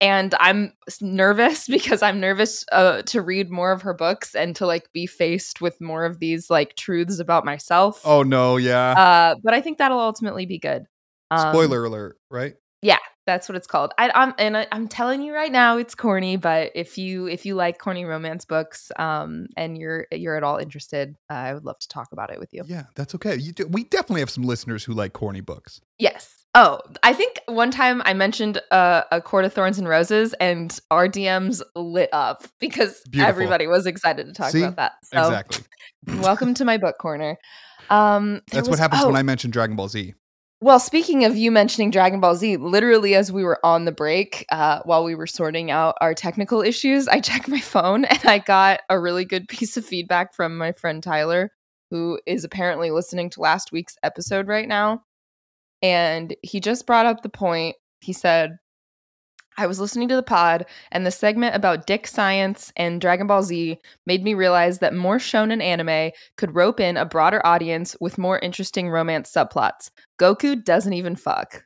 Speaker 2: and I'm s- nervous because I'm nervous uh, to read more of her books and to like be faced with more of these like truths about myself
Speaker 1: Oh no, yeah.
Speaker 2: uh, but I think that'll ultimately be good. Um,
Speaker 1: Spoiler alert, right?
Speaker 2: That's what it's called. I, I'm and I, I'm telling you right now, it's corny. But if you if you like corny romance books, um, and you're you're at all interested, uh, I would love to talk about it with you.
Speaker 1: Yeah, that's okay. You do, we definitely have some listeners who like corny books.
Speaker 2: Yes. Oh, I think one time I mentioned uh, a court of thorns and roses, and our DMs lit up because
Speaker 1: Beautiful.
Speaker 2: everybody was excited to talk
Speaker 1: See?
Speaker 2: about that. So,
Speaker 1: exactly.
Speaker 2: welcome to my book corner. Um, there
Speaker 1: That's
Speaker 2: was-
Speaker 1: what happens
Speaker 2: oh,
Speaker 1: when I mention Dragon Ball Z.
Speaker 2: Well, speaking of you mentioning Dragon Ball Z, literally as we were on the break, uh, while we were sorting out our technical issues, I checked my phone and I got a really good piece of feedback from my friend Tyler, who is apparently listening to last week's episode right now. And he just brought up the point. He said, I was listening to the pod, and the segment about dick science and Dragon Ball Z made me realize that more shonen anime could rope in a broader audience with more interesting romance subplots. Goku doesn't even fuck.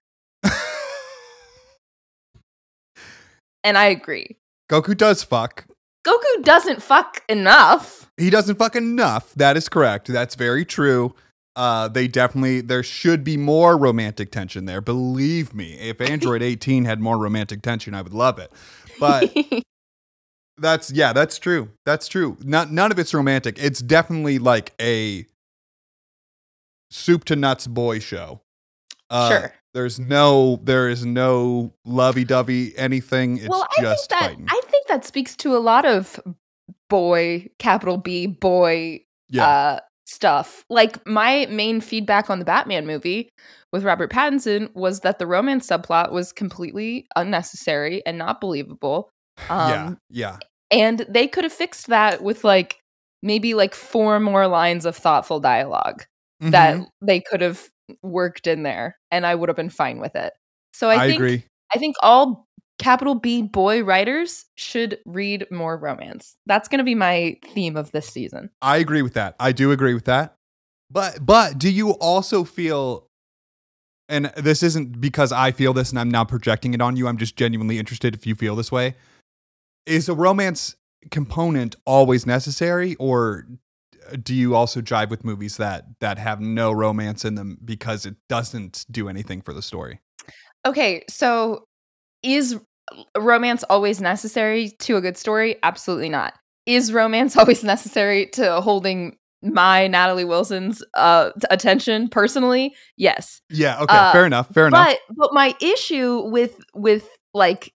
Speaker 2: And I agree.
Speaker 1: Goku does fuck.
Speaker 2: Goku doesn't fuck enough.
Speaker 1: He doesn't fuck enough. That is correct. That's very true. Uh, they definitely there should be more romantic tension there. Believe me, if Android 18 had more romantic tension, I would love it. But that's yeah, that's true. That's true. Not none of it's romantic. It's definitely like a soup to nuts boy show. Uh,
Speaker 2: sure.
Speaker 1: There's no there is no lovey dovey anything. It's
Speaker 2: Well, I think
Speaker 1: just
Speaker 2: that
Speaker 1: fighting.
Speaker 2: I think that speaks to a lot of boy capital B boy
Speaker 1: yeah.
Speaker 2: uh, stuff. Like my main feedback on the Batman movie with Robert Pattinson was that the romance subplot was completely unnecessary and not believable. Um,
Speaker 1: yeah. Yeah.
Speaker 2: And they could have fixed that with like maybe like four more lines of thoughtful dialog
Speaker 1: Mm-hmm.
Speaker 2: that they could have worked in there, and I would have been fine with it. So I,
Speaker 1: I,
Speaker 2: think
Speaker 1: agree.
Speaker 2: I think all capital B boy writers should read more romance. That's going to be my theme of this season.
Speaker 1: I agree with that. I do agree with that. But but do you also feel and this isn't because I feel this and I'm not projecting it on you. I'm just genuinely interested if you feel this way. Is a romance component always necessary or do you also jive with movies that that have no romance in them because it doesn't do anything for the story?
Speaker 2: Okay, so is romance always necessary to a good story? Absolutely not. Is romance always necessary to holding my Natalie Wilson's uh, t- attention personally? Yes.
Speaker 1: Yeah, okay,
Speaker 2: Uh,
Speaker 1: fair enough, fair enough.
Speaker 2: but but my issue with with like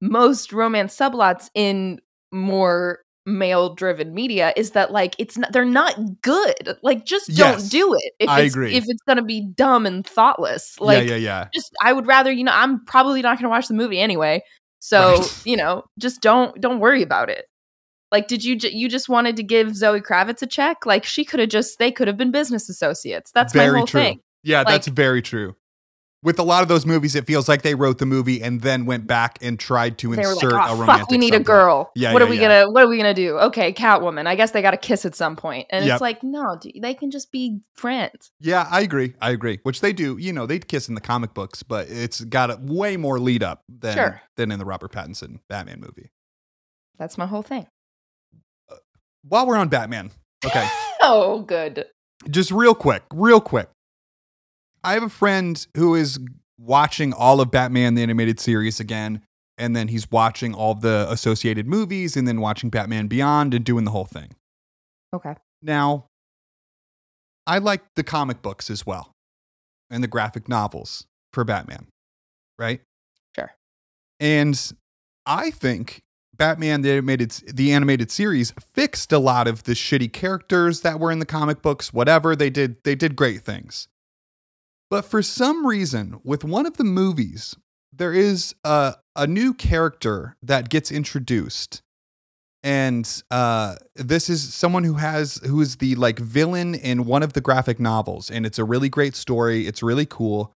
Speaker 2: most romance subplots in more male driven media is that like it's not they're not good like just
Speaker 1: Yes,
Speaker 2: don't do it if
Speaker 1: I
Speaker 2: it's,
Speaker 1: agree.
Speaker 2: if it's gonna be dumb and thoughtless like
Speaker 1: yeah, yeah, yeah.
Speaker 2: just i would rather you know i'm probably not gonna watch the movie anyway so
Speaker 1: Right.
Speaker 2: you know just don't don't worry about it like did you ju- you just wanted to give zoe kravitz a check like she could have just they could have been business associates that's
Speaker 1: very
Speaker 2: my whole
Speaker 1: true.
Speaker 2: thing
Speaker 1: Yeah, that's
Speaker 2: Like-
Speaker 1: very true. With a lot of those movies, it feels like they wrote the movie and then went back and tried to
Speaker 2: they were
Speaker 1: insert
Speaker 2: like,
Speaker 1: a
Speaker 2: oh,
Speaker 1: romantic.
Speaker 2: fuck, we need a
Speaker 1: subplot."
Speaker 2: girl.
Speaker 1: Yeah,
Speaker 2: what
Speaker 1: yeah,
Speaker 2: are we
Speaker 1: yeah.
Speaker 2: gonna What are we gonna do? Okay, Catwoman. I guess they got to kiss at some point, and
Speaker 1: Yep.
Speaker 2: it's like, no, dude, they can just be friends.
Speaker 1: Yeah, I agree. I agree. Which they do. You know, they kiss in the comic books, but it's got a way more lead up than
Speaker 2: Sure.
Speaker 1: than in the Robert Pattinson Batman movie.
Speaker 2: That's my whole thing.
Speaker 1: While we're on Batman, okay,
Speaker 2: Oh, good.
Speaker 1: just real quick, real quick. I have a friend who is watching all of Batman the animated series again, and then he's watching all the associated movies, and then watching Batman Beyond and doing the whole thing.
Speaker 2: Okay.
Speaker 1: Now, I like the comic books as well and the graphic novels for Batman, right?
Speaker 2: Sure.
Speaker 1: And I think Batman the animated the animated series fixed a lot of the shitty characters that were in the comic books, whatever they did, they did great things. But for some reason, with one of the movies, there is a a new character that gets introduced and uh, this is someone who has who is the like villain in one of the graphic novels and it's a really great story it's really cool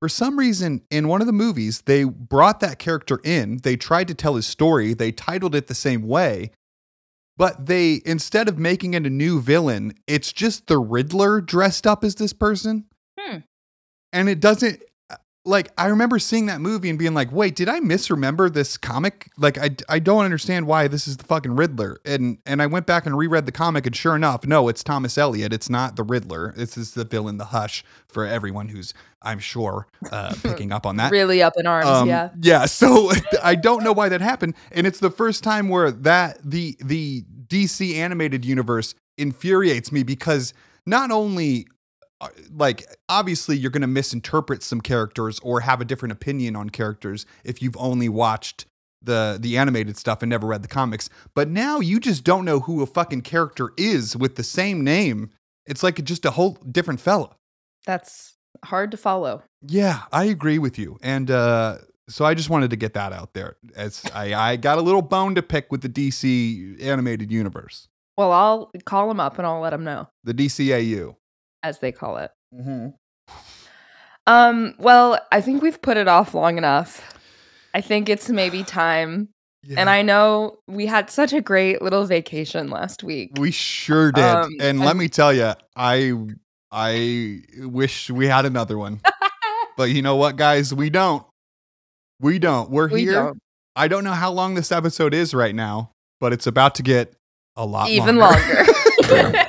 Speaker 1: for some reason in one of the movies they brought that character in they tried to tell his story they titled it the same way but they instead of making it a new villain it's just the riddler dressed up as this person
Speaker 2: Hmm.
Speaker 1: and it doesn't uh, like I remember seeing that movie and being like, "Wait, did I misremember this comic? Like I I don't understand why this is the fucking Riddler." And and I went back and reread the comic and sure enough, no, it's Thomas Elliot. It's not the Riddler. This is the villain the Hush for everyone who's I'm sure uh picking up on that.
Speaker 2: really up in arms.
Speaker 1: Um,
Speaker 2: yeah.
Speaker 1: So I don't know why that happened, and it's the first time where that the the DC animated universe infuriates me because not only uh, like obviously you're going to misinterpret some characters or have a different opinion on characters if you've only watched the the animated stuff and never read the comics but now you just don't know who a fucking character is with the same name it's like just a whole different fella
Speaker 2: That's hard to follow.
Speaker 1: yeah, I agree with you. And uh, so I just wanted to get that out there as I, I got a little bone to pick with the DC animated universe,
Speaker 2: Well, I'll call them up and I'll let them know,
Speaker 1: the DCAU.
Speaker 2: as they call it.
Speaker 1: Mm-hmm.
Speaker 2: Um. Well, I think we've put it off long enough. I think it's maybe time.
Speaker 1: Yeah.
Speaker 2: And I know we had such a great little vacation last week.
Speaker 1: we sure did.
Speaker 2: Um,
Speaker 1: and
Speaker 2: I-
Speaker 1: let me tell you, I I wish we had another one, but you know what, guys, we don't. We don't. We're
Speaker 2: we
Speaker 1: here.
Speaker 2: don't
Speaker 1: I don't know how long this episode is right now, but it's about to get a lot
Speaker 2: even
Speaker 1: longer.
Speaker 2: longer.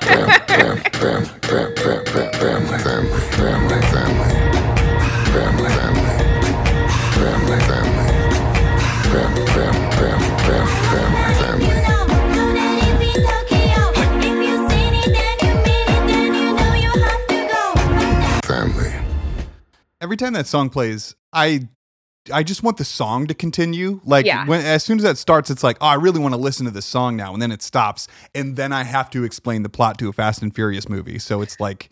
Speaker 1: Every time that song plays, I I just want the song to continue. Like
Speaker 2: Yeah.
Speaker 1: when as soon as that starts, it's like, oh, I really want to listen to this song now, and then it stops, and then I have to explain the plot to a Fast and Furious movie. So it's like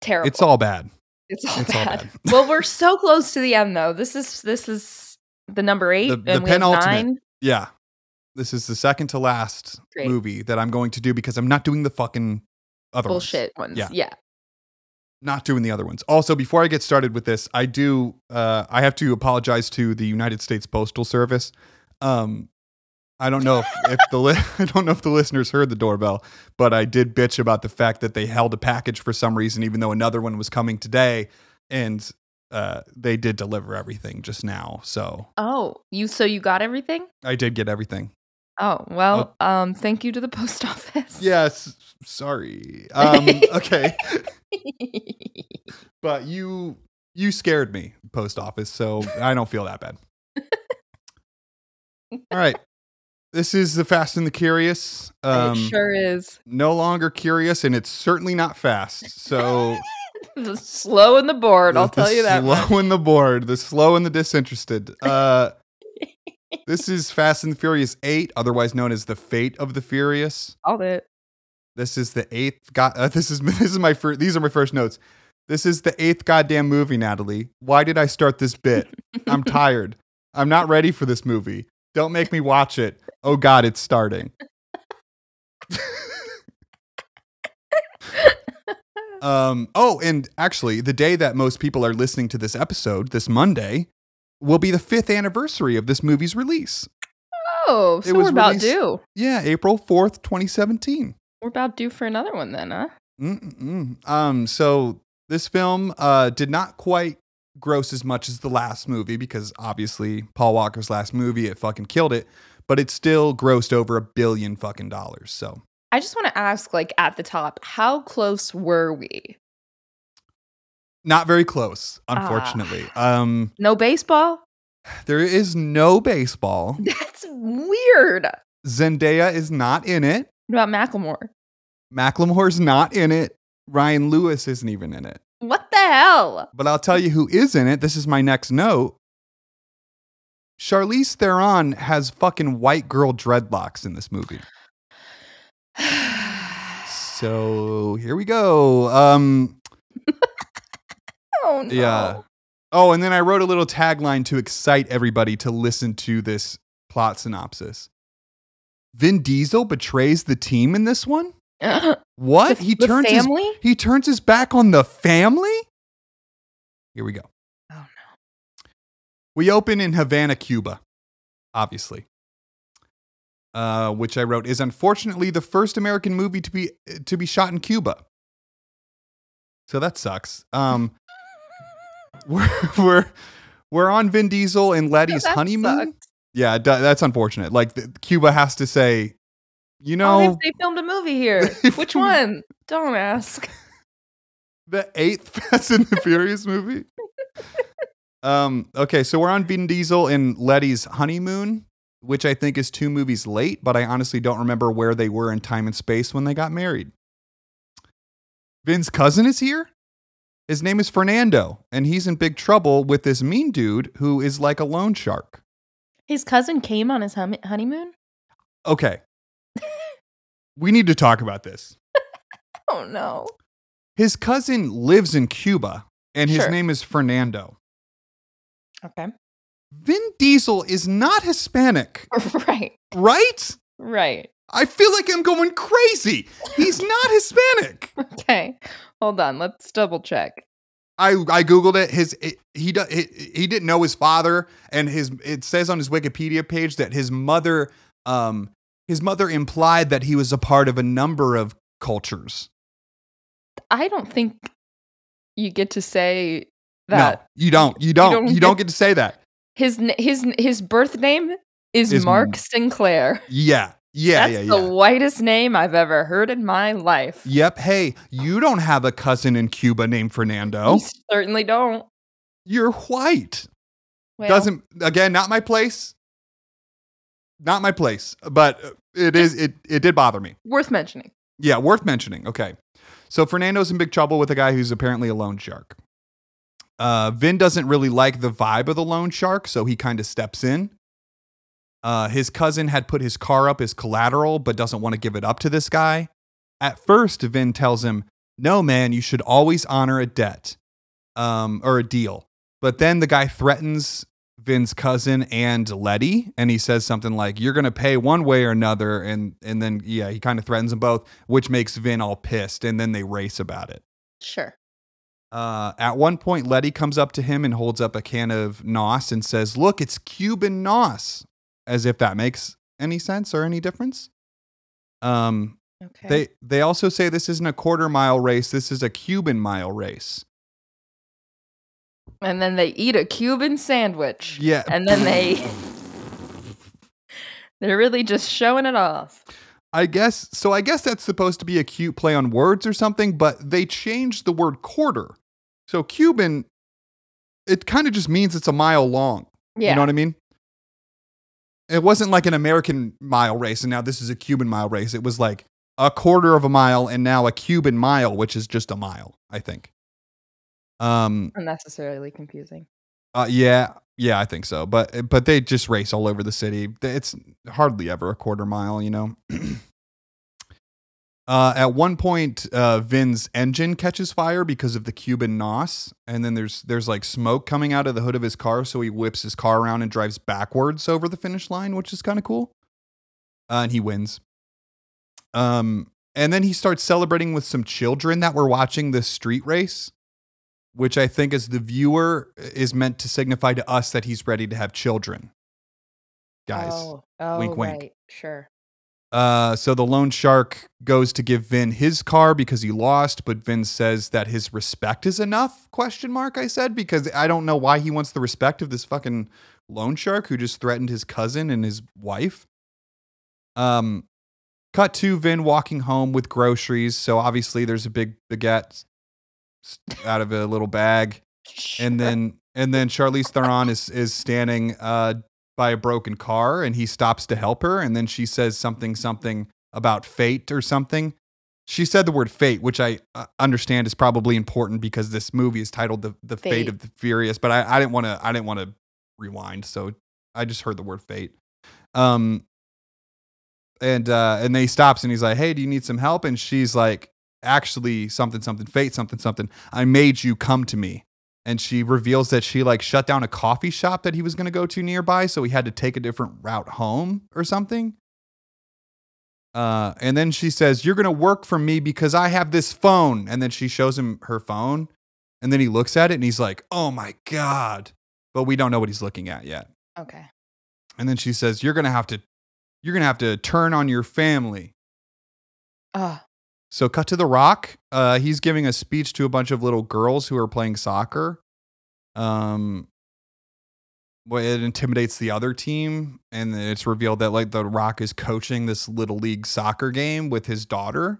Speaker 2: Terrible.
Speaker 1: it's all bad.
Speaker 2: It's all
Speaker 1: it's all
Speaker 2: bad. well, we're so close to the end though. This is this is the number eight
Speaker 1: The-
Speaker 2: and
Speaker 1: the
Speaker 2: we have
Speaker 1: penultimate.
Speaker 2: nine.
Speaker 1: Yeah. This is the second to last
Speaker 2: Great.
Speaker 1: movie that I'm going to do because I'm not doing the fucking other ones.
Speaker 2: bullshit ones.
Speaker 1: Yeah.
Speaker 2: Yeah.
Speaker 1: Not doing the other ones. Also, before I get started with this, I do uh, I have to apologize to the United States Postal Service. Um, I don't know if, if the li- I don't know if the listeners heard the doorbell, but I did bitch about the fact that they held a package for some reason, even though another one was coming today, and uh, they did deliver everything just now. So
Speaker 2: Oh, you so you got everything?
Speaker 1: I did get everything.
Speaker 2: Oh, well, um thank you to the post office.
Speaker 1: Yes, sorry. Um, okay. but you you scared me post office so i don't feel that bad all right this is the fast and the curious um
Speaker 2: it sure is.
Speaker 1: no longer curious and it's certainly not fast so
Speaker 2: The slow in the board, I'll
Speaker 1: the
Speaker 2: tell you that. much.
Speaker 1: slow in the board the slow and the disinterested uh this is fast and the furious 8 otherwise known as the fate of the furious
Speaker 2: Called it.
Speaker 1: this is the eighth. God, uh, this is this is my first. These are my first notes. This is the eighth goddamn movie, Natalie. Why did I start this bit? I'm tired. I'm not ready for this movie. Don't make me watch it. Oh God, it's starting. um. Oh, and actually, the day that most people are listening to this episode, this Monday, will be the fifth anniversary of this movie's release.
Speaker 2: Oh,
Speaker 1: It
Speaker 2: so
Speaker 1: was
Speaker 2: we're about
Speaker 1: released-
Speaker 2: due.
Speaker 1: Yeah, April fourth, twenty seventeen.
Speaker 2: We're about due for another one then, huh?
Speaker 1: Mm-mm-mm. Um, so this film uh, did not quite gross as much as the last movie because obviously Paul Walker's last movie it fucking killed it, but it still grossed over a billion fucking dollars. So
Speaker 2: I just want to ask, like at the top, how close were we?
Speaker 1: not very close, unfortunately. Um,
Speaker 2: No baseball?
Speaker 1: there is no baseball.
Speaker 2: That's weird. What
Speaker 1: Zendaya is not in it.
Speaker 2: about Macklemore?
Speaker 1: Macklemore's not in it. Ryan Lewis isn't even in it.
Speaker 2: What the hell?
Speaker 1: But I'll tell you who is in it. This is my next note. Charlize Theron has fucking white girl dreadlocks in this movie. So here we go. Um,
Speaker 2: oh no.
Speaker 1: yeah. Oh, and then I wrote a little tagline to excite everybody to listen to this plot synopsis. Vin Diesel betrays the team in this one. What
Speaker 2: The-
Speaker 1: he
Speaker 2: the
Speaker 1: turns his
Speaker 2: family?
Speaker 1: he turns his back on the family. Here we go.
Speaker 2: Oh, no.
Speaker 1: We open in Havana, Cuba, obviously, uh, which I wrote is unfortunately the first American movie to be to be shot in Cuba. So that sucks. Um, we're we're we're on Vin Diesel and Letty's
Speaker 2: That
Speaker 1: honeymoon.
Speaker 2: sucks.
Speaker 1: Yeah, it do- that's unfortunate. Like the, Cuba has to say, you know,
Speaker 2: Oh, they, they filmed a movie here. Which one? Don't ask.
Speaker 1: the eighth Fast and the Furious movie. Um, okay, so we're on Vin Diesel and Letty's honeymoon, which I think is two movies late, but I honestly don't remember where they were in time and space when they got married. Vin's cousin is here. His name is Fernando, and he's in big trouble with this mean dude who is like a loan shark.
Speaker 2: His cousin came on his hum- honeymoon?
Speaker 1: Okay. we need to talk about this.
Speaker 2: Oh no.
Speaker 1: His cousin lives in Cuba, and his
Speaker 2: Sure.
Speaker 1: name is Fernando.
Speaker 2: Okay.
Speaker 1: Vin Diesel is not Hispanic,
Speaker 2: right.
Speaker 1: right?
Speaker 2: Right.
Speaker 1: I feel like I'm going crazy. He's not Hispanic.
Speaker 2: Okay. Hold on. Let's double check.
Speaker 1: I, I googled it. His it, he, do- he he didn't know his father, and his it says on his Wikipedia page that his mother um his mother implied that he was a part of a number of cultures.
Speaker 2: I don't think you get to say that.
Speaker 1: no, you don't. You don't. You
Speaker 2: don't
Speaker 1: don't,
Speaker 2: get-
Speaker 1: get to say that.
Speaker 2: His n- his n- his birth name is,
Speaker 1: Is
Speaker 2: Mark
Speaker 1: M-
Speaker 2: Sinclair.
Speaker 1: Yeah, Yeah,
Speaker 2: That's
Speaker 1: yeah, yeah.
Speaker 2: the whitest name I've ever heard in my life.
Speaker 1: Yep. Hey, you don't have a cousin in Cuba named Fernando.
Speaker 2: You certainly don't.
Speaker 1: You're white.
Speaker 2: Well,
Speaker 1: Doesn't again, not my place. Not my place, but uh, it is it it did bother me.
Speaker 2: worth mentioning.
Speaker 1: Yeah, worth mentioning. Okay. So Fernando's in big trouble with a guy who's apparently a loan shark. Uh, Vin doesn't really like the vibe of the loan shark, so he kind of steps in. Uh, his cousin had put his car up as collateral, but doesn't want to give it up to this guy. At first, Vin tells him, No, man, you should always honor a debt um, or a deal. But then the guy threatens Vin's cousin and Letty, and he says something like, You're going to pay one way or another. And, and then, yeah, he kind of threatens them both, which makes Vin all pissed. And then they race about it.
Speaker 2: Sure.
Speaker 1: Uh, at one point, Letty comes up to him and holds up a can of NOS and says, Look, it's Cuban NOS, as if that makes any sense or any difference. Um,
Speaker 2: Okay.
Speaker 1: they they also say this isn't a quarter mile race. This is a Cuban mile race.
Speaker 2: and then they eat a Cuban sandwich.
Speaker 1: Yeah.
Speaker 2: And then they They're really just showing it off.
Speaker 1: I guess so. I guess that's supposed to be a cute play on words or something, but they changed the word quarter. So Cuban, it kind of just means it's a mile long.
Speaker 2: Yeah.
Speaker 1: You know what I mean? It wasn't like an American mile race, and now this is a Cuban mile race. It was like a quarter of a mile, and now a Cuban mile, which is just a mile, I think. Um.
Speaker 2: Unnecessarily confusing.
Speaker 1: Uh, yeah. Yeah, I think so. But but they just race all over the city. It's hardly ever a quarter mile, you know. uh, at one point, uh, Vin's engine catches fire because of the Cuban nos, and then there's there's like smoke coming out of the hood of his car, so he whips his car around and drives backwards over the finish line, which is kind of cool. Uh, and he wins. Um, and then he starts celebrating with some children that were watching this street race which I think as the viewer is meant to signify to us that he's ready to have children. Guys.
Speaker 2: Oh, oh
Speaker 1: wink, wink.
Speaker 2: right. Sure.
Speaker 1: Uh, so the loan shark goes to give Vin his car because he lost, but Vin says that his respect is enough? Question mark. I said because I don't know why he wants the respect of this fucking loan shark who just threatened his cousin and his wife. Um, cut to Vin walking home with groceries. So obviously there's a big baguette s- out of a little bag and
Speaker 2: Sure.
Speaker 1: then and then Charlize Theron is is standing uh, by a broken car, and he stops to help her, and then she says something something about fate or something. She said the word fate, which I uh, understand is probably important because this movie is titled the the fate,
Speaker 2: Fate.
Speaker 1: of the furious. But I, I didn't want to I didn't want to rewind, so I just heard the word fate. Um, and uh, and then he stops and he's like, "Hey, do you need some help?" And she's like, "Actually, something something fate something something. I made you come to me." and she reveals that she like shut down a coffee shop that he was going to go to nearby so he had to take a different route home or something uh, and then she says you're going to work for me because i have this phone and then she shows him her phone and then he looks at it and he's like oh my god but we don't know what he's looking at yet
Speaker 2: okay.
Speaker 1: and then she says you're going to have to you're going to have to turn on your family
Speaker 2: Oh,
Speaker 1: so cut to the Rock. Uh, he's giving a speech to a bunch of little girls who are playing soccer. Um, well, it intimidates the other team, and then it's revealed that like the Rock is coaching this little league soccer game with his daughter.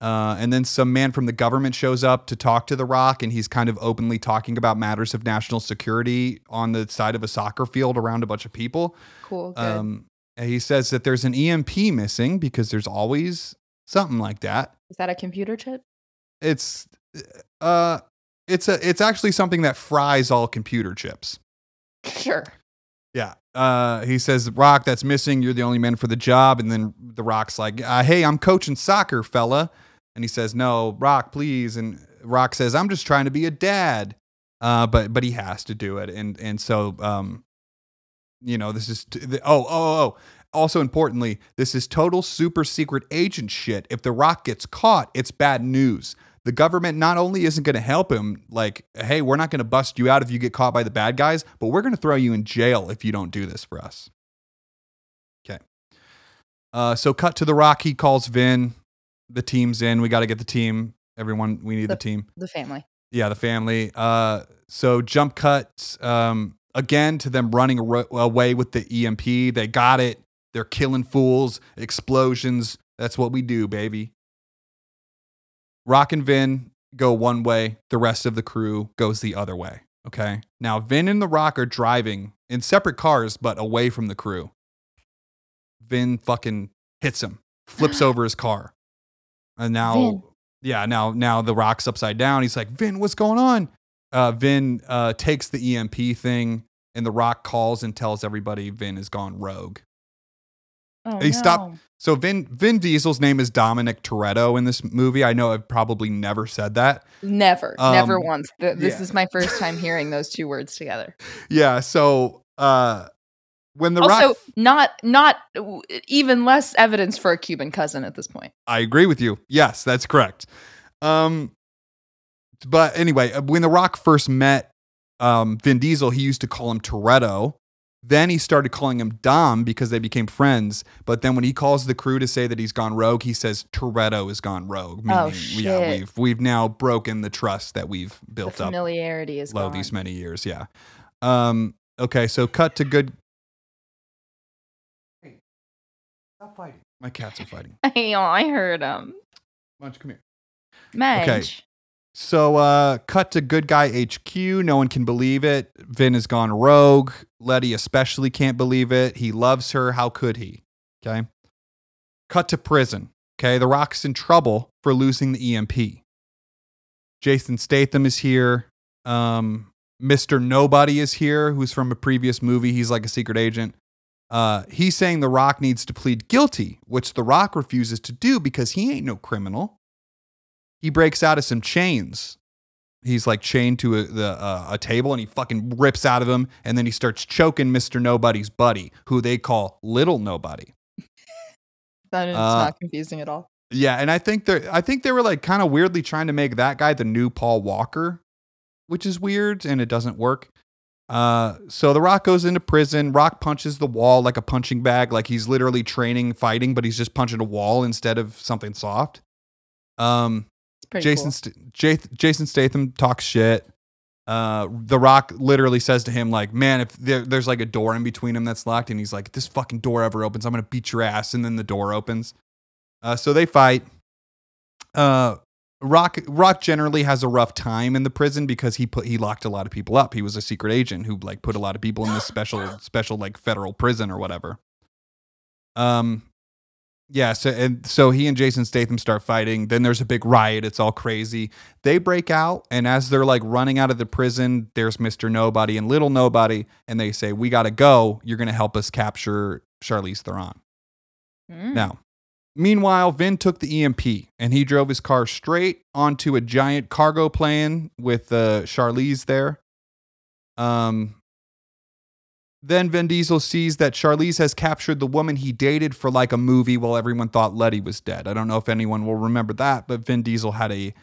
Speaker 1: Uh, and then some man from the government shows up to talk to the Rock, and he's kind of openly talking about matters of national security on the side of a soccer field around a bunch of people.
Speaker 2: cool. Good.
Speaker 1: Um, and he says that there's an EMP missing because there's always something like that.
Speaker 2: Is that a computer chip?
Speaker 1: It's uh, it's a it's actually something that fries all computer chips.
Speaker 2: Sure.
Speaker 1: Yeah. Uh, he says, Rock, that's missing. You're the only man for the job. And then the Rock's like, uh, Hey, I'm coaching soccer, fella. And he says, No, Rock, please. And Rock says, I'm just trying to be a dad. Uh, but but he has to do it. And and so um, you know, this is t- the, oh oh oh. Also importantly, this is total super secret agent shit. If the Rock gets caught, it's bad news. The government not only isn't going to help him, like, hey, we're not going to bust you out if you get caught by the bad guys, but we're going to throw you in jail if you don't do this for us. Okay. Uh, so cut to the Rock. He calls Vin. The team's in. We got to get the team. Everyone, we need the team.
Speaker 2: The family.
Speaker 1: Yeah, the family. Uh, so jump cuts um, again to them running ar- away with the EMP. E They got it. They're killing fools, explosions. That's what we do, baby. Rock and Vin go one way, the rest of the crew goes the other way. Okay. Now, Vin and the Rock are driving in separate cars, but away from the crew. Vin fucking hits him, flips over his car. And now,
Speaker 2: Vin.
Speaker 1: yeah, now, now the Rock's upside down. He's like, Vin, what's going on? Uh, Vin uh, takes the EMP thing, and the Rock calls and tells everybody Vin has gone rogue.
Speaker 2: Oh,
Speaker 1: He stopped- So Vin Vin Diesel's name is Dominic Toretto in this movie. I know I've probably never said that.
Speaker 2: Never,
Speaker 1: Um,
Speaker 2: never once. Th- this
Speaker 1: yeah.
Speaker 2: is my first time hearing those two words together.
Speaker 1: Yeah, so uh when the
Speaker 2: also,
Speaker 1: rock
Speaker 2: not not w- even less evidence for a Cuban cousin at this point.
Speaker 1: I agree with you. Yes, that's correct. Um but anyway, uh, when the rock first met um Vin Diesel, he used to call him Toretto. Then he started calling him Dom because they became friends. But then when he calls the crew to say that he's gone rogue, he says Toretto has gone rogue.
Speaker 2: Oh,
Speaker 1: yeah,
Speaker 2: shit.
Speaker 1: we've we've now broken the trust that we've
Speaker 2: The
Speaker 1: built up
Speaker 2: familiarity is
Speaker 1: low
Speaker 2: gone.
Speaker 1: these many years. Yeah. Um, okay. So cut to good. Stop fighting. My cats are fighting.
Speaker 2: Hey, oh, I heard them.
Speaker 1: Why don't you come here?
Speaker 2: Madge.
Speaker 1: So uh, cut to good guy HQ. No one can believe it. Vin has gone rogue. Letty especially can't believe it. He loves her. How could he? Okay. Cut to prison. Okay. The Rock's in trouble for losing the EMP. Jason Statham is here. Um, Mr. Nobody is here, who's from a previous movie. He's like a secret agent. Uh, he's saying The Rock needs to plead guilty, which The Rock refuses to do because he ain't no criminal. He breaks out of some chains. He's like chained to a, the, uh, a table and he fucking rips out of him. And then he starts choking Mr. Nobody's buddy, who they call Little Nobody.
Speaker 2: That is
Speaker 1: Uh,
Speaker 2: not confusing at all.
Speaker 1: Yeah, and I think they I think they were like kind of weirdly trying to make that guy the new Paul Walker, which is weird and it doesn't work. Uh, so the Rock goes into prison. Rock punches the wall like a punching bag, like he's literally training fighting, but he's just punching a wall instead of something soft. Um,
Speaker 2: It's pretty
Speaker 1: Jason
Speaker 2: cool.
Speaker 1: St- Jath- Jason Statham talks shit. Uh, the Rock literally says to him like, "Man, if there, there's like a door in between him that's locked, and he's like, if this fucking door ever opens, I'm gonna beat your ass." And then the door opens. Uh, so they fight. Uh, Rock Rock generally has a rough time in the prison because he put he locked a lot of people up. He was a secret agent who like put a lot of people in this special special like federal prison or whatever. Um, yeah, so and so he and Jason Statham start fighting. Then there's a big riot. It's all crazy. They break out, and as they're like running out of the prison, there's Mr. Nobody and Little Nobody, and they say, "We gotta go. You're gonna help us capture Charlize Theron."
Speaker 2: Mm.
Speaker 1: Now, meanwhile, Vin took the EMP and he drove his car straight onto a giant cargo plane with uh, Charlize there. Um, then Vin Diesel sees that Charlize has captured the woman he dated for like a movie while everyone thought Letty was dead. I don't know if anyone will remember that, but Vin Diesel had a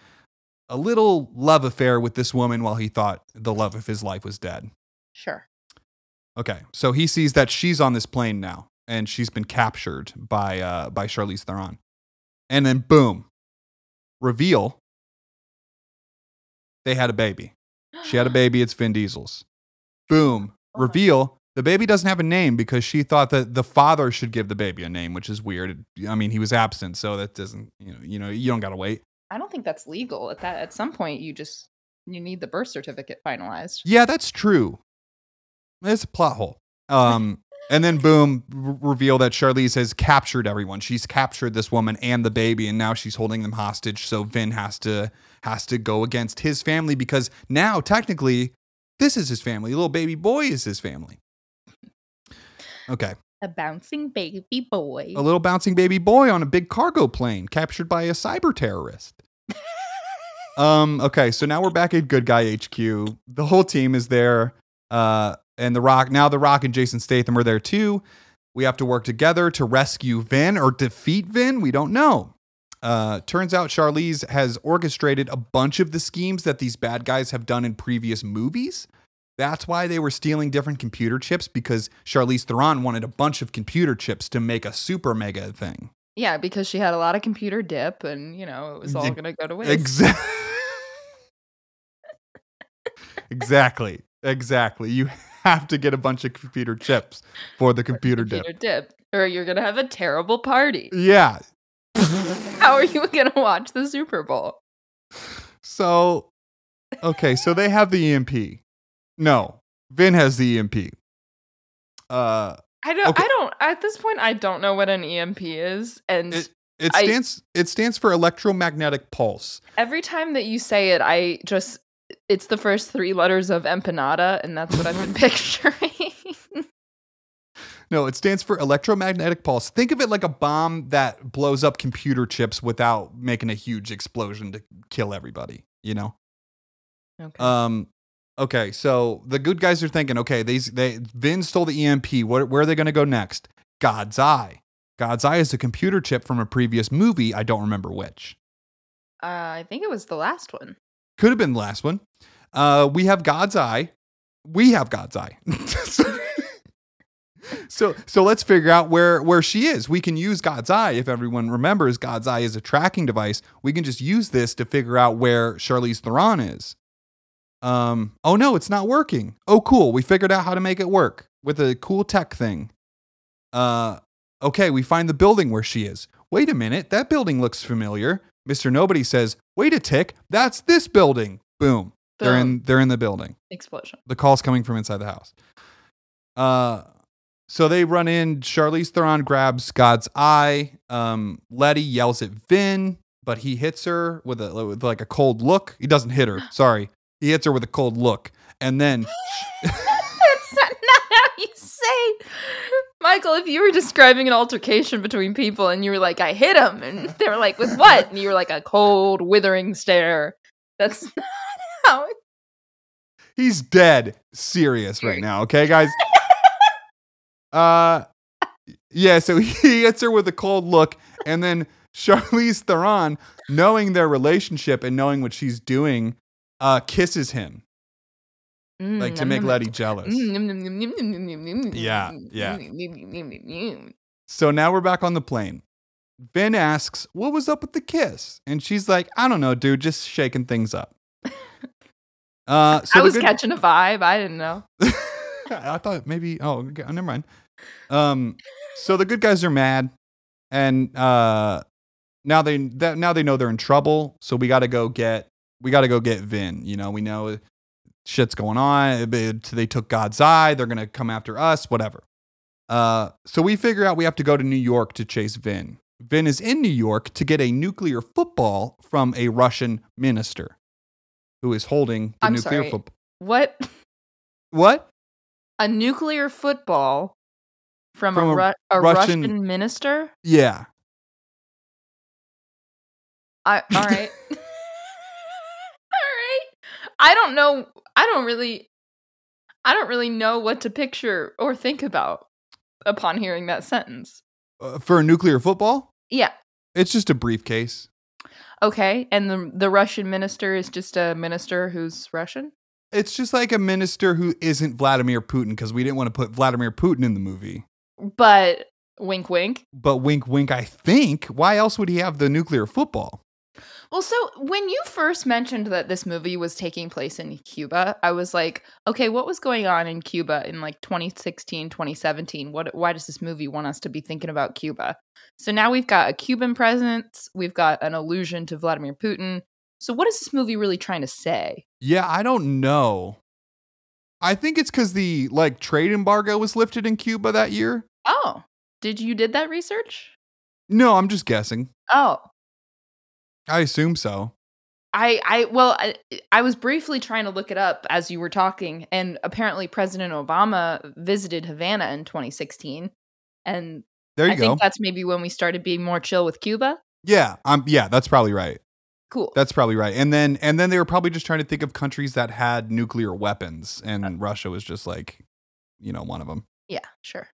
Speaker 1: a little love affair with this woman while he thought the love of his life was dead.
Speaker 2: Sure.
Speaker 1: Okay, so he sees that she's on this plane now, and she's been captured by uh, by Charlize Theron, and then boom, reveal. They had a baby. She had a baby. It's Vin Diesel's. Boom,
Speaker 2: Oh my-
Speaker 1: reveal. The baby doesn't have a name because she thought that the father should give the baby a name, which is weird. I mean, he was absent, so that doesn't you know you know you don't gotta wait.
Speaker 2: I don't think that's legal. At that, at some point, you just you need the birth certificate finalized.
Speaker 1: Yeah, that's true. It's a plot hole. Um, and then boom, r- reveal that Charlize has captured everyone. She's captured this woman and the baby, and now she's holding them hostage. So Vin has to has to go against his family because now technically this is his family. Little baby boy is his family. Okay,
Speaker 2: A bouncing baby boy.
Speaker 1: a little bouncing baby boy on a big cargo plane captured by a cyber terrorist. Um, okay, so now we're back at Good Guy HQ. The whole team is there. Uh, and the Rock now the Rock and Jason Statham are there too. We have to work together to rescue Vin or defeat Vin. We don't know. Uh, turns out Charlize has orchestrated a bunch of the schemes that these bad guys have done in previous movies. That's why they were stealing different computer chips because Charlize Theron wanted a bunch of computer chips to make a super mega thing.
Speaker 2: yeah, because she had a lot of computer dip, and you know it was all
Speaker 1: Ex-
Speaker 2: gonna go to waste.
Speaker 1: Exactly. exactly. Exactly. You have to get a bunch of computer chips for the computer,
Speaker 2: Computer
Speaker 1: dip.
Speaker 2: dip, or you're gonna have a terrible party.
Speaker 1: Yeah.
Speaker 2: How are you gonna watch the Super Bowl?
Speaker 1: So, okay, so they have the EMP. No, Vin has the EMP. Uh,
Speaker 2: I don't.
Speaker 1: Okay.
Speaker 2: I don't. At this point, I don't know what an EMP is, and
Speaker 1: it
Speaker 2: I-
Speaker 1: stands it stands for electromagnetic pulse.
Speaker 2: every time that you say it, I just it's the first three letters of empanada, and that's what I've been picturing.
Speaker 1: No, it stands for electromagnetic pulse. Think of it like a bomb that blows up computer chips without making a huge explosion to kill everybody, you know?
Speaker 2: okay.
Speaker 1: Um, okay, so the good guys are thinking, okay, these they Vin stole the E EMP. Where, where are they going to go next? God's Eye. God's Eye is a computer chip from a previous movie. I don't remember which.
Speaker 2: uh, I think it was the last one.
Speaker 1: Could have been the last one. Uh, we have God's Eye. We have God's Eye. so so let's figure out where where she is. We can use God's Eye if everyone remembers. God's Eye is a tracking device. We can just use this to figure out where Charlize Theron is. Um. Oh no, it's not working. Oh cool, we figured out how to make it work with a cool tech thing. Uh. Okay, we find the building where she is. Wait a minute, that building looks familiar. Mr. Nobody says, "Wait a tick, that's this building." Boom. They're
Speaker 2: Boom.
Speaker 1: in they're in the building
Speaker 2: explosion.
Speaker 1: the call's coming from inside the house. Uh, so they run in. Charlize Theron grabs God's eye. Um, Letty yells at Vin, but he hits her with a with like a cold look. He doesn't hit her. Sorry, he hits her with a cold look, and then
Speaker 2: That's not, not how you say. Michael, if you were describing an altercation between people and you were like, I hit him, and they were like, with what? And you were like, a cold, withering stare. That's not how it
Speaker 1: he's dead serious right now. Okay, guys. Uh, yeah. So he hits her with a cold look, and then Charlize Theron, knowing their relationship and knowing what she's doing, uh, kisses him.
Speaker 2: Mm,
Speaker 1: like to make Letty jealous. Yeah, yeah. So now we're back on the plane. Ben asks, What was up with the kiss? And she's like, I don't know, dude, just shaking things up. Uh, so
Speaker 2: I
Speaker 1: the
Speaker 2: was
Speaker 1: good-
Speaker 2: catching a vibe. I didn't know.
Speaker 1: I thought maybe, oh, okay, never mind. Um, so the good guys are mad. And uh, now they that, now they know they're in trouble. So we got to go get we got to go get Vin. You know, we know shit's going on. They they took God's eye. They're gonna come after us. Whatever. Uh, so we figure out we have to go to New York to chase Vin. Vin is in New York to get a nuclear football from a Russian minister who is holding the
Speaker 2: I'm
Speaker 1: nuclear
Speaker 2: sorry.
Speaker 1: football.
Speaker 2: What?
Speaker 1: What?
Speaker 2: A nuclear football from,
Speaker 1: From
Speaker 2: a,
Speaker 1: a
Speaker 2: Ru- a
Speaker 1: Russian-
Speaker 2: Russian, minister?
Speaker 1: Yeah.
Speaker 2: I, all right. all right. I don't know. I don't really. I don't really know what to picture or think about upon hearing that sentence.
Speaker 1: Uh, for a nuclear football?
Speaker 2: Yeah.
Speaker 1: It's just a briefcase.
Speaker 2: Okay. And the the Russian minister is just a minister who's Russian.
Speaker 1: It's just like a minister who isn't Vladimir Putin because we didn't want to put Vladimir Putin in the movie.
Speaker 2: But wink, wink.
Speaker 1: But wink, wink, I think. Why else would he have the nuclear football?
Speaker 2: Well, so when you first mentioned that this movie was taking place in Cuba, I was like, okay, what was going on in Cuba in like 2016, 2017? What why does this movie want us to be thinking about Cuba? So now we've got a Cuban presence, we've got an allusion to Vladimir Putin. So what is this movie really trying to say?
Speaker 1: Yeah, I don't know. I think it's because the like trade embargo was lifted in Cuba that year.
Speaker 2: Oh, did you did that research?
Speaker 1: No, I'm just guessing.
Speaker 2: Oh,
Speaker 1: I assume so.
Speaker 2: I, I well I, I was briefly trying to look it up as you were talking and apparently president obama visited havana in 2016 and
Speaker 1: There you
Speaker 2: i
Speaker 1: go.
Speaker 2: think that's maybe when we started being more chill with cuba
Speaker 1: yeah, um, yeah, that's probably right.
Speaker 2: cool
Speaker 1: That's probably right. And then and then they were probably just trying to think of countries that had nuclear weapons, and Russia was just like, you know, one of them.
Speaker 2: yeah sure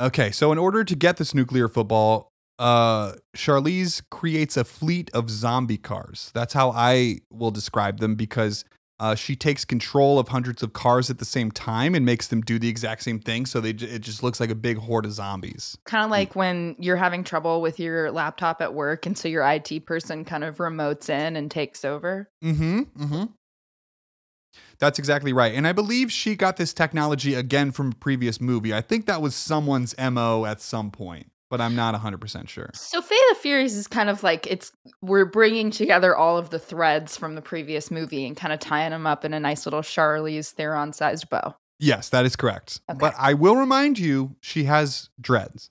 Speaker 1: Mm. Okay, so in order to get this nuclear football, uh, Charlize creates a fleet of zombie cars. That's how I will describe them because uh, she takes control of hundreds of cars at the same time and makes them do the exact same thing. So they j- it just looks like a big horde of zombies.
Speaker 2: kind of like when you're having trouble with your laptop at work and so your it person kind of remotes in and takes over
Speaker 1: Mm-hmm. Mm-hmm. That's exactly right. And I believe she got this technology again from a previous movie. I think that was someone's MO at some point, but I'm not 100% sure.
Speaker 2: So Fate of the Furious is kind of like it's we're bringing together all of the threads from the previous movie and kind of tying them up in a nice little Charlize Theron sized bow.
Speaker 1: Yes, that is correct.
Speaker 2: Okay.
Speaker 1: But I will remind you, she has dreads.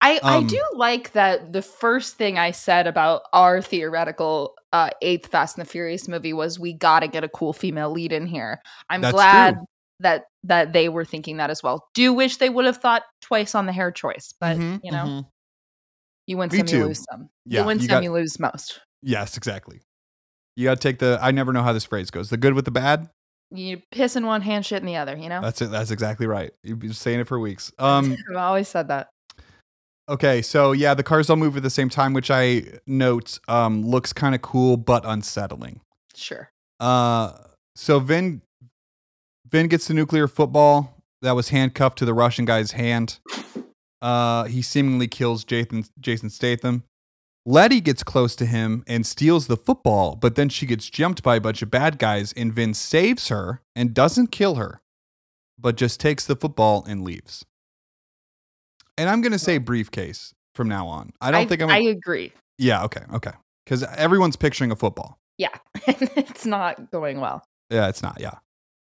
Speaker 2: I, I
Speaker 1: Um,
Speaker 2: do like that the first thing I said about our theoretical uh, eighth Fast and the Furious movie was we got to get a cool female lead in here. I'm
Speaker 1: That's
Speaker 2: glad
Speaker 1: true.
Speaker 2: that that they were thinking that as well. Do wish they would have thought twice on the hair choice, but
Speaker 1: Mhm,
Speaker 2: you know,
Speaker 1: mhm.
Speaker 2: you win
Speaker 1: Me
Speaker 2: some,
Speaker 1: too.
Speaker 2: you lose some.
Speaker 1: Yeah,
Speaker 2: you win
Speaker 1: you
Speaker 2: some,
Speaker 1: got-
Speaker 2: you lose most.
Speaker 1: Yes, exactly. You got to take the, I never know how this phrase goes. The good with the bad.
Speaker 2: You piss in one hand, shit in the other. You know,
Speaker 1: That's it. That's exactly right. You've been saying it for weeks. Um,
Speaker 2: I've always said that.
Speaker 1: okay. So yeah, the cars all move at the same time, which I note, um, looks kind of cool, but unsettling.
Speaker 2: Sure.
Speaker 1: Uh, so Vin Vin gets the nuclear football that was handcuffed to the Russian guy's hand. Uh, he seemingly kills Jason Jason Statham. Letty gets close to him and steals the football, but then she gets jumped by a bunch of bad guys, and Vin saves her and doesn't kill her, but just takes the football and leaves. And I'm gonna say briefcase from now on. I don't think I'm.
Speaker 2: I agree.
Speaker 1: yeah. Okay. Okay. Because everyone's picturing a football.
Speaker 2: Yeah, it's not going well.
Speaker 1: Yeah, it's not. Yeah.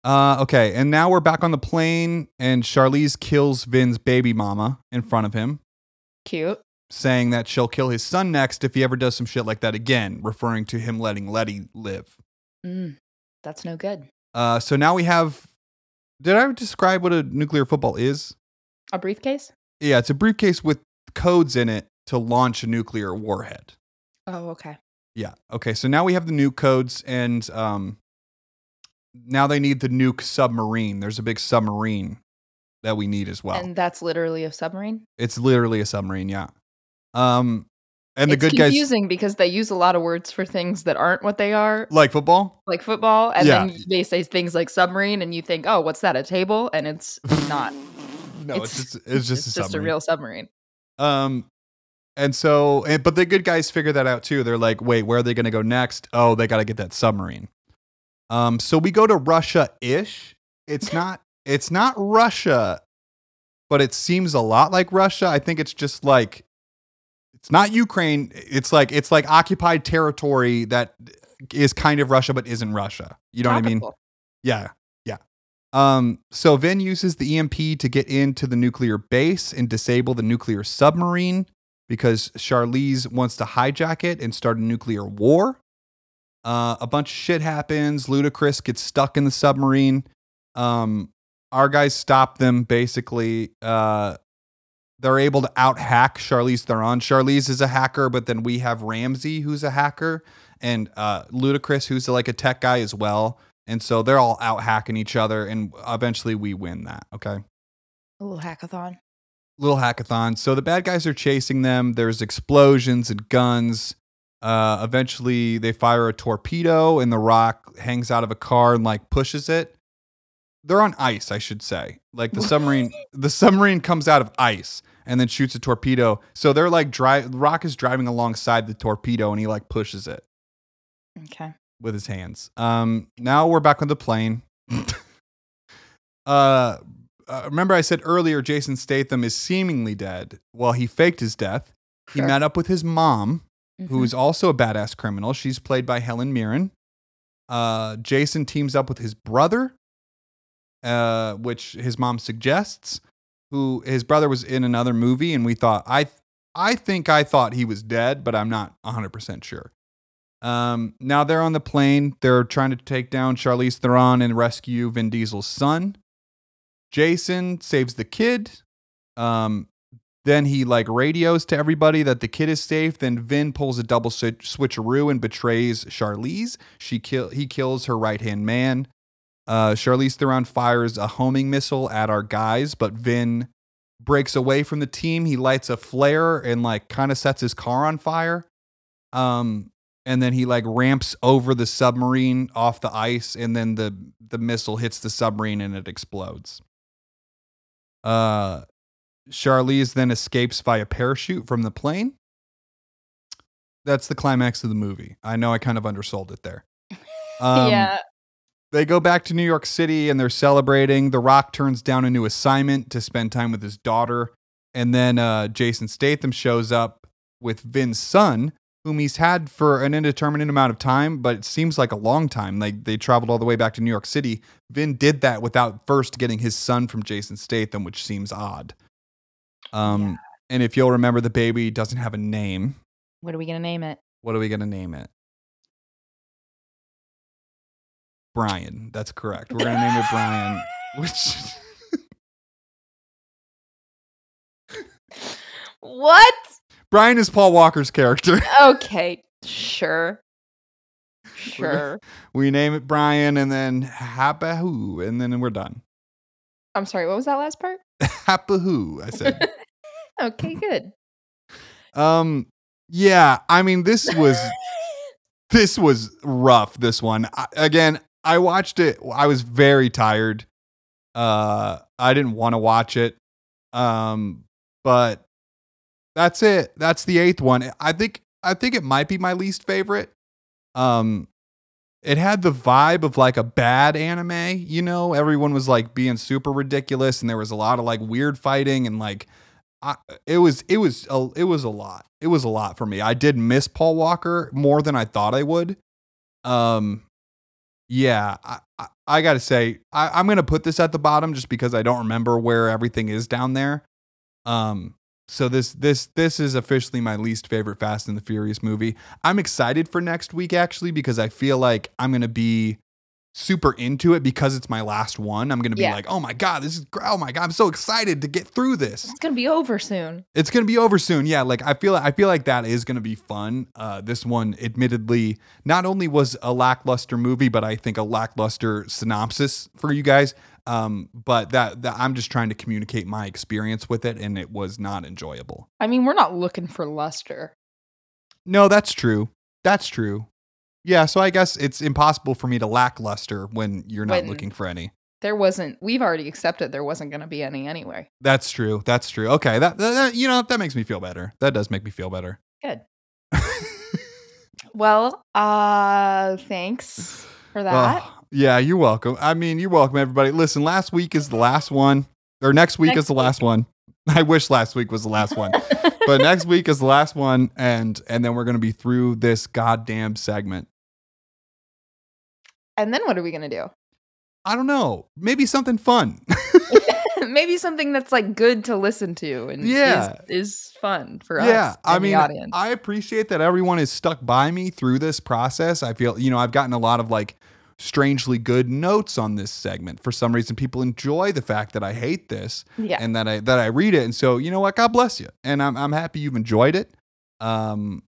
Speaker 1: Uh, okay, and now we're back on the plane, and Charlize kills Vin's baby mama in front of him,
Speaker 2: Cute.
Speaker 1: saying that she'll kill his son next if he ever does some shit like that again, referring to him letting Letty live.
Speaker 2: Mm, that's no good.
Speaker 1: Uh, so now we have. Did I describe what a nuclear football is?
Speaker 2: A briefcase.
Speaker 1: Yeah, it's a briefcase with codes in it to launch a nuclear warhead.
Speaker 2: Oh, okay.
Speaker 1: Yeah. Okay. So now we have the nuke codes, and um, now they need the nuke submarine. There's a big submarine that we need as well.
Speaker 2: And that's literally a submarine.
Speaker 1: it's literally a submarine. Yeah. Um, and the
Speaker 2: it's
Speaker 1: good guys
Speaker 2: confusing because they use a lot of words for things that aren't what they are,
Speaker 1: like football.
Speaker 2: like football, and
Speaker 1: Yeah.
Speaker 2: then they say things like submarine, and you think, oh, what's that? A table? And it's not.
Speaker 1: No, it's, just it's just a submarine.
Speaker 2: a real submarine.
Speaker 1: Um, and so, and, but the good guys figure that out too. They're like, wait, where are they going to go next? Oh, they got to get that submarine. Um, so we go to Russia ish. It's not, it's not Russia, but it seems a lot like Russia. I think it's just like, it's not Ukraine. It's like, it's like occupied territory that is kind of Russia, but isn't Russia. You know what I mean?
Speaker 2: Topical.
Speaker 1: Yeah. Yeah. Um, so Vin uses the EMP to get into the nuclear base and disable the nuclear submarine because Charlize wants to hijack it and start a nuclear war. Uh, a bunch of shit happens. Ludacris gets stuck in the submarine. Um, our guys stop them basically. Uh, they're able to out hack Charlize Theron. Charlize is a hacker, but then we have Ramsey, who's a hacker, and uh, Ludacris, who's like a tech guy as well. And so they're all out hacking each other, and eventually we win that. Okay.
Speaker 2: A little hackathon.
Speaker 1: Little hackathon. So the bad guys are chasing them. There's explosions and guns. Uh, eventually they fire a torpedo, and the rock hangs out of a car and like pushes it. They're on ice, I should say. Like the submarine, the submarine comes out of ice and then shoots a torpedo. So they're like drive. Rock is driving alongside the torpedo, and he like pushes it
Speaker 2: Okay.
Speaker 1: with his hands. Um, now we're back on the plane. uh, uh, remember I said earlier Jason Statham is seemingly dead. Well, he faked his death. He
Speaker 2: Sure.
Speaker 1: met up with his mom, who
Speaker 2: Mhm.
Speaker 1: is also a badass criminal. She's played by Helen Mirren. Uh, Jason teams up with his brother, uh, which his mom suggests. Who his brother was in another movie, and we thought I, I think I thought he was dead, but I'm not 100 percent sure. Um, now they're on the plane. They're trying to take down Charlize Theron and rescue Vin Diesel's son. Jason saves the kid. Um, then he like radios to everybody that the kid is safe. Then Vin pulls a double switch- switcheroo and betrays Charlize. She kill he kills her right hand man. Uh, Charlize Theron fires a homing missile at our guys, but Vin breaks away from the team. He lights a flare and like kind of sets his car on fire. Um, and then he like ramps over the submarine off the ice, and then the the missile hits the submarine and it explodes. Uh, Charlize then escapes via parachute from the plane. That's the climax of the movie. I know I kind of undersold it there. Um,
Speaker 2: yeah.
Speaker 1: They go back to New York City and they're celebrating. The Rock turns down a new assignment to spend time with his daughter. And then uh, Jason Statham shows up with Vin's son, whom he's had for an indeterminate amount of time, but it seems like a long time. Like they traveled all the way back to New York City. Vin did that without first getting his son from Jason Statham, which seems odd. Um,
Speaker 2: Yeah.
Speaker 1: And if you'll remember, the baby doesn't have a name.
Speaker 2: What are we gonna name it?
Speaker 1: What are we going to name it? Brian. That's correct. We're going to name it Brian, which
Speaker 2: What?
Speaker 1: Brian is Paul Walker's character.
Speaker 2: Okay, sure, sure.
Speaker 1: We name it Brian and then Hapahu, and then we're done.
Speaker 2: I'm sorry. What was that last part?
Speaker 1: Hapahu, I said.
Speaker 2: Okay, good.
Speaker 1: Um, yeah, I mean, this was this was rough. This one I, again. I watched it. I was very tired. Uh, I didn't want to watch it. Um, but that's it. That's the eighth one. I think. I think it might be my least favorite. Um, it had the vibe of like a bad anime. You know, everyone was like being super ridiculous, and there was a lot of like weird fighting and like I, it was it was a, it was a lot. It was a lot for me. I did miss Paul Walker more than I thought I would. Um, yeah, I I, I gotta say I, I'm gonna put this at the bottom just because I don't remember where everything is down there. Um, so this this this is officially my least favorite Fast and the Furious movie. I'm excited for next week actually because I feel like I'm gonna be super into it because it's my last one. I'm gonna be
Speaker 2: Yeah.
Speaker 1: like, oh my god, this is gr- oh my god, I'm so excited to get through this
Speaker 2: It's gonna be over soon.
Speaker 1: it's gonna be over soon. Yeah, like I feel I feel like that is gonna be fun. Uh, this one, admittedly, not only was a lackluster movie, but I think a lackluster synopsis for you guys. Um, but that, that I'm just trying to communicate my experience with it, and it was not enjoyable.
Speaker 2: I mean, we're not looking for luster.
Speaker 1: No, that's true. That's true. Yeah, so I guess it's impossible for me to lackluster when you're not
Speaker 2: When-
Speaker 1: looking for any.
Speaker 2: There wasn't. We've already accepted there wasn't gonna be any anyway.
Speaker 1: That's true. That's true. Okay, that, that that- you know that makes me feel better. That does make me feel better.
Speaker 2: Good. Well, uh, thanks for that.
Speaker 1: Oh, yeah, you're welcome. I mean, you're welcome, everybody. Listen, last week is the last one, or next week
Speaker 2: Next
Speaker 1: is the last one. I wish last week was the last one, but next week is the last one, and and then we're gonna be through this goddamn segment.
Speaker 2: and then what are we gonna do?
Speaker 1: I don't know, maybe something fun.
Speaker 2: Maybe something that's like good to listen to and
Speaker 1: Yeah.
Speaker 2: is, is fun for us.
Speaker 1: yeah, I
Speaker 2: and the
Speaker 1: mean, uh,
Speaker 2: audience.
Speaker 1: I appreciate that everyone is stuck by me through this process. I feel, you know, I've gotten a lot of like strangely good notes on this segment. For some reason, people enjoy the fact that I hate this.
Speaker 2: yeah,
Speaker 1: and that I that I read it. And so you know what? God bless you, and I'm I'm happy you've enjoyed it. Um,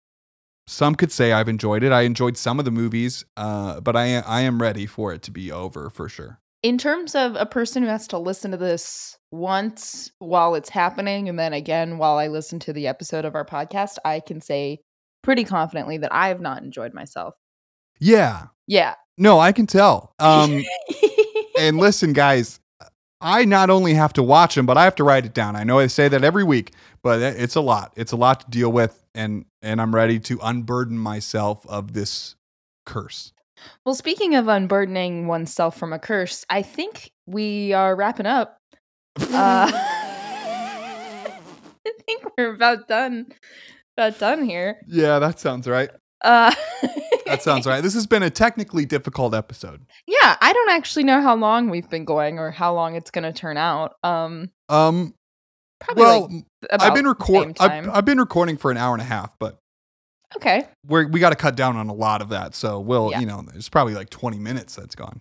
Speaker 1: some could say I've enjoyed it. I enjoyed some of the movies, uh, but I I am ready for it to be over for sure.
Speaker 2: in terms of a person who has to listen to this once while it's happening and then again while I listen to the episode of our podcast, I can say pretty confidently that I have not enjoyed myself.
Speaker 1: Yeah,
Speaker 2: Yeah.
Speaker 1: no, I can tell. Um, and listen, guys. I not only have to watch them, but I have to write it down. I know I say that every week, but it- it's a lot. It's a lot to deal with, and and I'm ready to unburden myself of this curse.
Speaker 2: well, speaking of unburdening oneself from a curse, I think we are wrapping up. Uh, I think we're about done. About done here.
Speaker 1: yeah, that sounds right.
Speaker 2: Uh,
Speaker 1: That sounds right. This has been a technically difficult episode.
Speaker 2: Yeah, I don't actually know how long we've been going or how long it's going to turn out. Um,
Speaker 1: Um,
Speaker 2: probably.
Speaker 1: well,
Speaker 2: like
Speaker 1: I've been
Speaker 2: about the same
Speaker 1: recording. I've,
Speaker 2: time.
Speaker 1: I've been recording for an hour and a half, but
Speaker 2: okay.
Speaker 1: we're, we got to cut down on a lot of that. So we'll,
Speaker 2: Yeah.
Speaker 1: you know, it's probably like 20 minutes that's gone.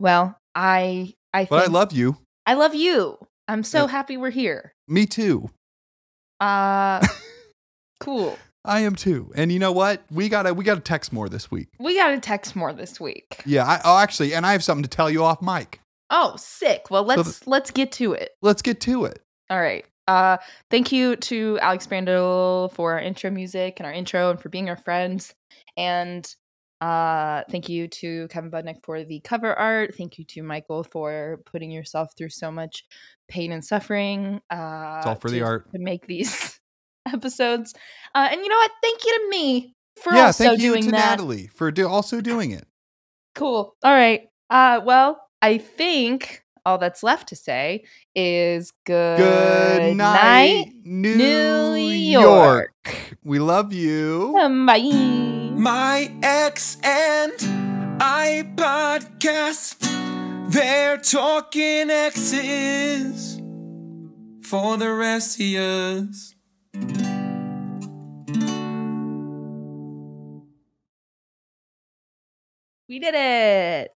Speaker 2: Well, I I think
Speaker 1: But I love you.
Speaker 2: I love you. I'm so
Speaker 1: Yep.
Speaker 2: happy we're here.
Speaker 1: Me too.
Speaker 2: Uh, cool.
Speaker 1: I am too. And you know what? We gotta we gotta text more this week.
Speaker 2: We got to text more this week.
Speaker 1: Yeah. I, oh, actually, and I have something to tell you off mic.
Speaker 2: Oh, sick. Well,
Speaker 1: the-
Speaker 2: let's let's get to it.
Speaker 1: Let's get to it.
Speaker 2: All right. Uh, thank you to Alex Brandel for our intro music and our intro and for being our friends. And uh, thank you to Kevin Budnick for the cover art. Thank you to Michael for putting yourself through so much pain and suffering. Uh,
Speaker 1: It's all for the
Speaker 2: to-
Speaker 1: art.
Speaker 2: To make these episodes. Uh, and you know what? Thank you to me for
Speaker 1: yeah.
Speaker 2: also
Speaker 1: Thank you
Speaker 2: doing
Speaker 1: to
Speaker 2: that.
Speaker 1: Natalie for do, also doing it.
Speaker 2: Cool. All right. Uh, well, I think all that's left to say is good,
Speaker 1: Good night, New,
Speaker 2: New
Speaker 1: York.
Speaker 2: York.
Speaker 1: We love you.
Speaker 2: Bye.
Speaker 3: My ex and I podcast. They're talking exes for the rest of us.
Speaker 2: We did it.